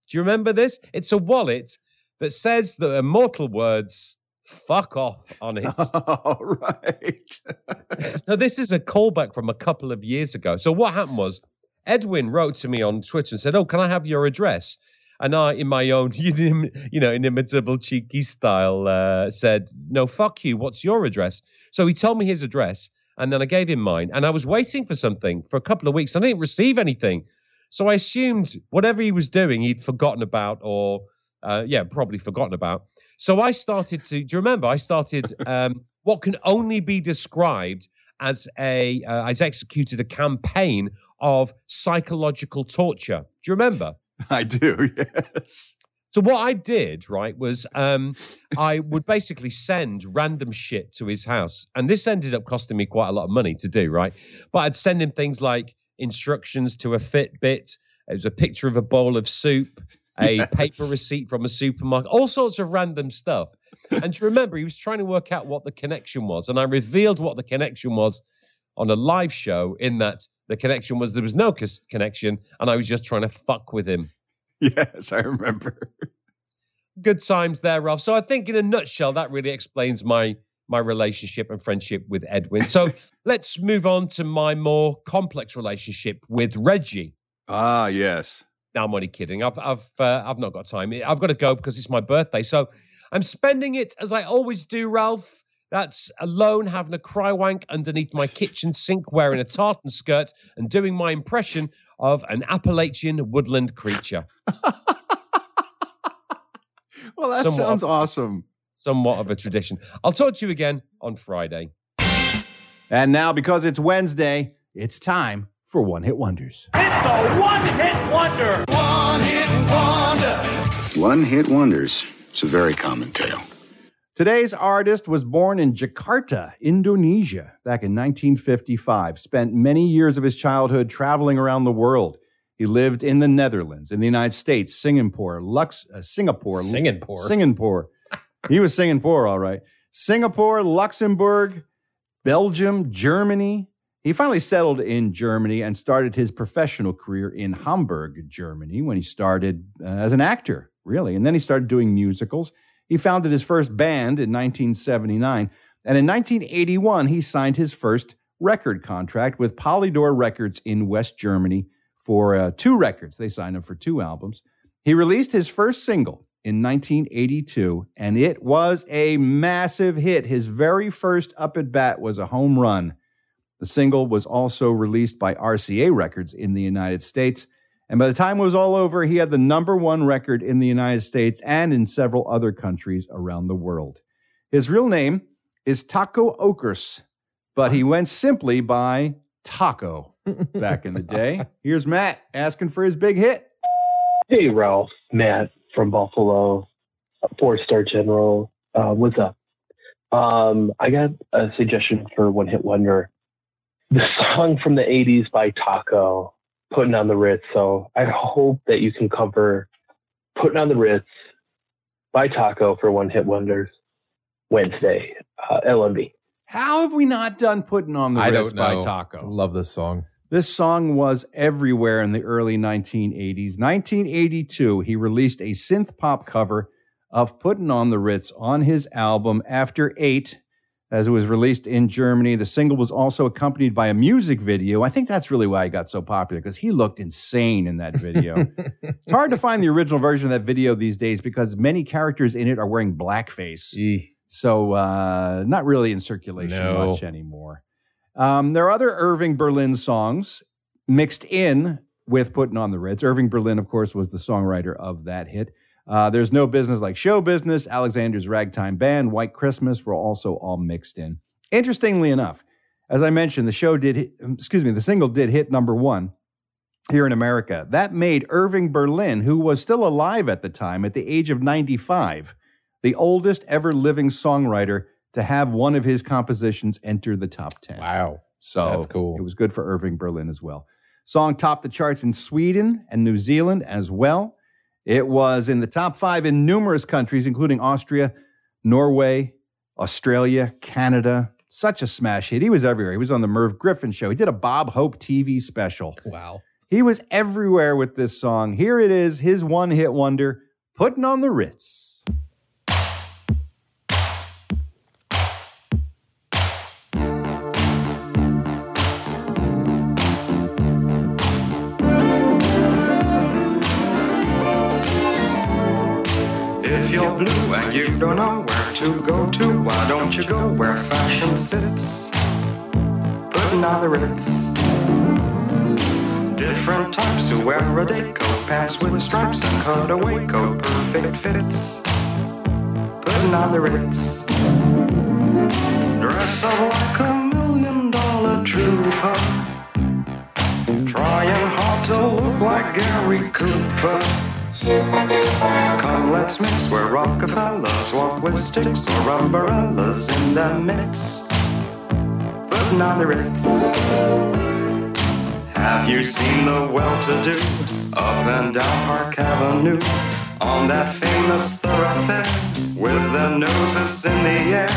R: Do you remember this? It's a wallet that says the immortal words "fuck off" on it.
C: All right.
R: so this is a callback from a couple of years ago. So what happened was Edwin wrote to me on Twitter and said, "Oh, can I have your address?" And I, in my own, you know, inimitable cheeky style, uh, said, "No, fuck you. What's your address?" So he told me his address, and then I gave him mine. And I was waiting for something for a couple of weeks. I didn't receive anything, so I assumed whatever he was doing, he'd forgotten about, or uh, yeah, probably forgotten about. So I started to. Do you remember? I started um, what can only be described as a uh, as executed a campaign of psychological torture. Do you remember?
C: I do. Yes.
R: So what I did, right, was um, I would basically send random shit to his house, and this ended up costing me quite a lot of money to do, right? But I'd send him things like instructions to a Fitbit, It was a picture of a bowl of soup, a paper receipt from a supermarket, all sorts of random stuff. And do you remember, he was trying to work out what the connection was. And I revealed what the connection was on a live show, in that the connection was there was no cus- connection, and I was just trying to fuck with him.
C: Yes, I remember.
R: Good times there, Ralph. So I think, in a nutshell, that really explains my my relationship and friendship with Edwin. So let's move on to my more complex relationship with Reggie.
C: Ah, yes.
R: No, I'm only kidding. I've I've uh, I've not got time. I've got to go because it's my birthday. So I'm spending it as I always do, Ralph. That's alone having a cry wank underneath my kitchen sink, wearing a tartan skirt, and doing my impression of an Appalachian woodland creature.
C: Well, that
R: Somewhat
C: sounds
R: of-
C: awesome.
R: Somewhat of a tradition. I'll talk to you again on Friday.
C: And now, because it's Wednesday, it's time for One Hit Wonders.
M: It's a one hit wonder. One hit wonder.
B: One hit wonders. It's a very common tale.
C: Today's artist was born in Jakarta, Indonesia, back in 1955. Spent many years of his childhood traveling around the world. He lived in the Netherlands, in the United States, Singapore, Lux, uh, Singapore,
R: Singapore.
C: Singapore. he was Singapore, all right. Singapore, Luxembourg, Belgium, Germany. He finally settled in Germany and started his professional career in Hamburg, Germany, when he started uh, as an actor, really. And then he started doing musicals. He founded his first band in 1979. And in 1981, he signed his first record contract with Polydor Records in West Germany for uh, two records. They signed him for two albums. He released his first single in 1982, and it was a massive hit. His very first up at bat was a home run. The single was also released by RCA Records in the United States. And by the time it was all over, he had the number one record in the United States and in several other countries around the world. His real name is Taco Okers, but he went simply by Taco back in the day. Here's Matt asking for his big hit.
F: Hey, Ralph, Matt from Buffalo, four star general. Uh, what's up? Um, I got a suggestion for One Hit Wonder. The song from the 80s by Taco, Putting on the Ritz. So I hope that you can cover Putting on the Ritz by Taco for One Hit Wonders Wednesday, uh, LMB.
C: How have we not done putting on the
D: I
C: Ritz
D: don't
C: by
D: know.
C: Taco?
D: Love this song.
C: This song was everywhere in the early 1980s. 1982, he released a synth pop cover of Putting on the Ritz on his album After Eight, as it was released in Germany. The single was also accompanied by a music video. I think that's really why it got so popular because he looked insane in that video. it's hard to find the original version of that video these days because many characters in it are wearing blackface. So, uh, not really in circulation
D: No.
C: much anymore. Um, there are other Irving Berlin songs mixed in with Putting on the Ritz. Irving Berlin, of course, was the songwriter of that hit. Uh, There's No Business Like Show Business, Alexander's Ragtime Band, White Christmas were also all mixed in. Interestingly enough, as I mentioned, the show did, hit, um, excuse me, the single did hit number one here in America. That made Irving Berlin, who was still alive at the time at the age of 95, the oldest ever living songwriter to have one of his compositions enter the top 10.
D: Wow.
C: So
D: That's cool.
C: It was good for Irving Berlin as well. Song topped the charts in Sweden and New Zealand as well. It was in the top five in numerous countries, including Austria, Norway, Australia, Canada. Such a smash hit. He was everywhere. He was on the Merv Griffin show. He did a Bob Hope TV special.
D: Wow.
C: He was everywhere with this song. Here it is, his one hit wonder, Putting on the Ritz.
S: If you're blue and you don't know where to go to, why don't you go where fashion sits? Putting on the Ritz. Different types who wear a day coat, pants with stripes and cutaway coat, perfect fits. Putting on the Ritz. Dress up like a million dollar trooper. Trying hard to look like Gary Cooper. Come, let's mix where Rockefellers walk with sticks or umbrellas in the mix. Putting on the Ritz. Have you seen the well-to-do up and down Park Avenue on that famous thoroughfare with their noses in the air?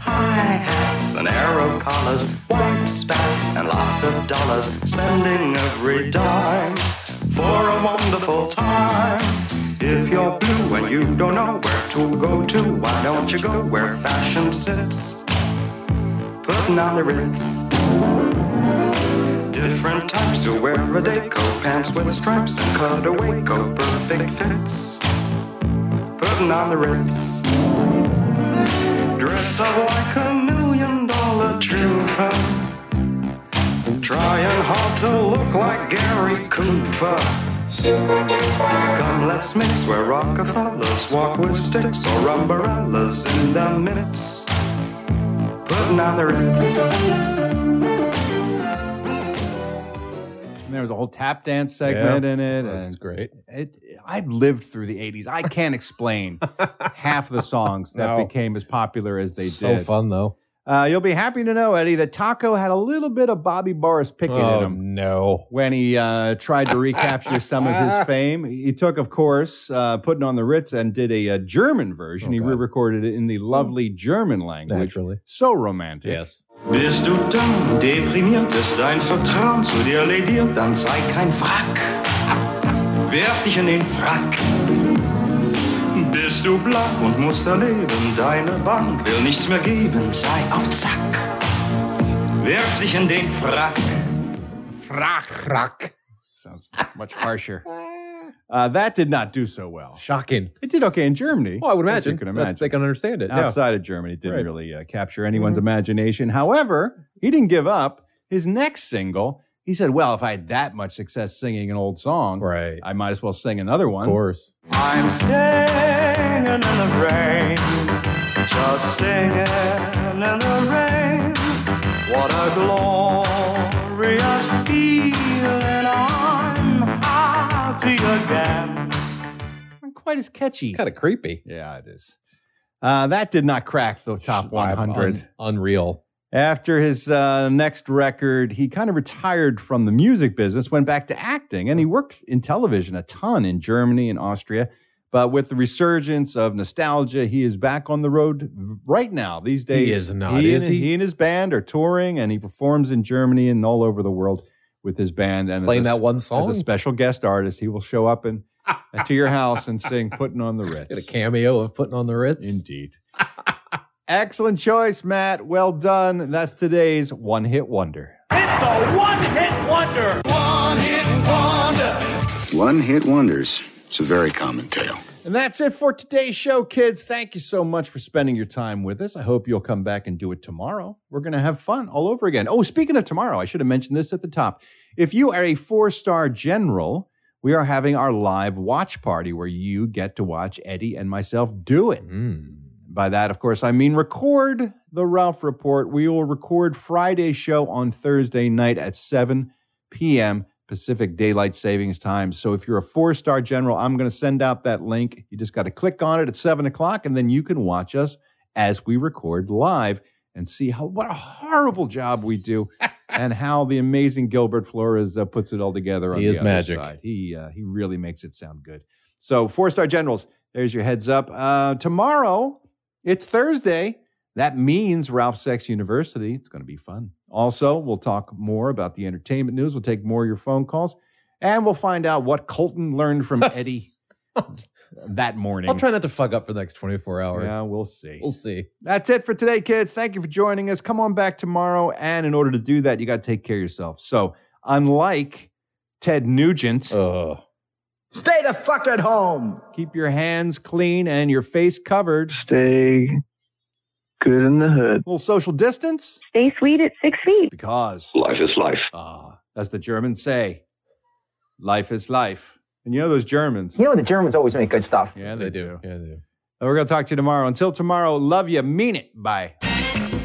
S: High hats and arrow collars, white spats and lots of dollars, spending every dime for a wonderful time. If you're blue and you don't know where to go to, why don't you go where fashion sits? Putting on the Ritz. Different types who wear a day coat, pants with stripes and cutaway coat, perfect fits. Putting on the Ritz. Dress up like a million dollar trooper. Trying hard to look like Gary Cooper. Come, let's mix where Rockefellers walk with sticks or umbrellas in the midst. Putting on the Ritz.
C: And there was a whole tap dance segment in it. That's great. It, I lived through the 80s. I can't explain half the songs that
D: No.
C: became as popular as they
D: so
C: did.
D: fun though.
C: Uh, you'll be happy to know, Eddie, that Taco had a little bit of Bobby Boris Pickett
D: Oh,
C: in him. No. When he uh, tried to recapture some of his fame, he took, of course, uh, putting on the Ritz and did a, uh German
D: Oh,
C: version. he re recorded it in the lovely German language. Naturally. So romantic. Yes.
S: Bist du dumm, deprimiert ist dein Vertrauen zu dir lediert, dann sei kein Wrack. Werf dich in den Wrack. Bist du blank und musst erleben, deine Bank will nichts mehr geben, sei auf Zack. Werf dich in den Wrack.
C: Frach. Rock. Sounds much harsher. Uh, that did not do so well. Shocking. It did okay in Germany.
D: Well, Oh, I would
C: as
D: imagine.
C: You can
D: That's-
C: imagine.
D: They can understand it. yeah.
C: Outside of Germany, it didn't
D: Right.
C: really uh, capture anyone's imagination. However, he didn't give up. His next single, he said, "Well, if I had that much success singing an old song, right, I might as well sing another one." Of course.
S: I'm singing in the rain, just singing in the rain. What a glorious feeling! I'm happy again.
C: Quite as catchy.
D: Kind of creepy.
C: Yeah, it is. Uh, that did not crack the top 100.
D: unreal.
C: After his uh, next record, he kind of retired from the music business, went back to acting, and he worked in television a ton in Germany and Austria. But with the resurgence of nostalgia, he is back on the road right now these days.
D: is not,
C: He,
D: is
C: and,
D: he?
C: and his band are touring, and he performs in Germany and all over the world with his band. And as
D: Playing
C: a-
D: that one
C: as
D: song?
C: a special guest artist, he will show up and to your house and sing "Putting on the Ritz."
D: Get a cameo of putting on the Ritz.
C: Indeed. Excellent choice, Matt. Well done. That's today's one hit wonder.
M: It's a one hit wonder. One hit wonder.
T: One hit wonders. It's a very common tale.
C: And that's it for today's show, kids. Thank you so much for spending your time with us. I hope you'll come back and do it tomorrow. We're going to have fun all over again. Oh, speaking of tomorrow, I should have mentioned this at the top. If you are a four star general, we are having our live watch party where you get to watch Eddie and myself do it. By that, of course, I mean record the Ralph Report. We will record Friday's show on Thursday night at 7 p.m. Pacific Daylight Savings Time. So if you're a four star general, I'm going to send out that link. You just got to click on it at 7 o'clock, and then you can watch us as we record live and see how what a horrible job we do and how the amazing Gilbert Flores uh, puts it all together on
D: He
C: the
D: is
C: other
D: magic.
C: side. He, uh, he really makes it sound good. So, four star generals, there's your heads up. Uh, tomorrow, it's Thursday. That means Ralph Sex University. It's going to be fun. Also, we'll talk more about the entertainment news. We'll take more of your phone calls and we'll find out what Colton learned from Eddie that morning.
D: I'll try not to fuck up for the next 24 hours.
C: Yeah, we'll see.
D: We'll see.
C: That's it for today, kids. Thank you for joining us. Come on back tomorrow. And in order to do that, you got to take care of yourself. So, unlike Ted Nugent,
G: Stay the fuck at home.
C: keep your hands clean and your face covered.
U: Stay good in the hood.
C: little social distance.
U: Stay sweet at six feet.
C: Because
U: Life is life.
C: Ah, as the Germans say, life is life. And you know those Germans.
V: You know the Germans always make good stuff.
C: Yeah, they, do. Yeah, they do. And we're going to talk to you tomorrow. Until tomorrow, love you. Mean it. Bye.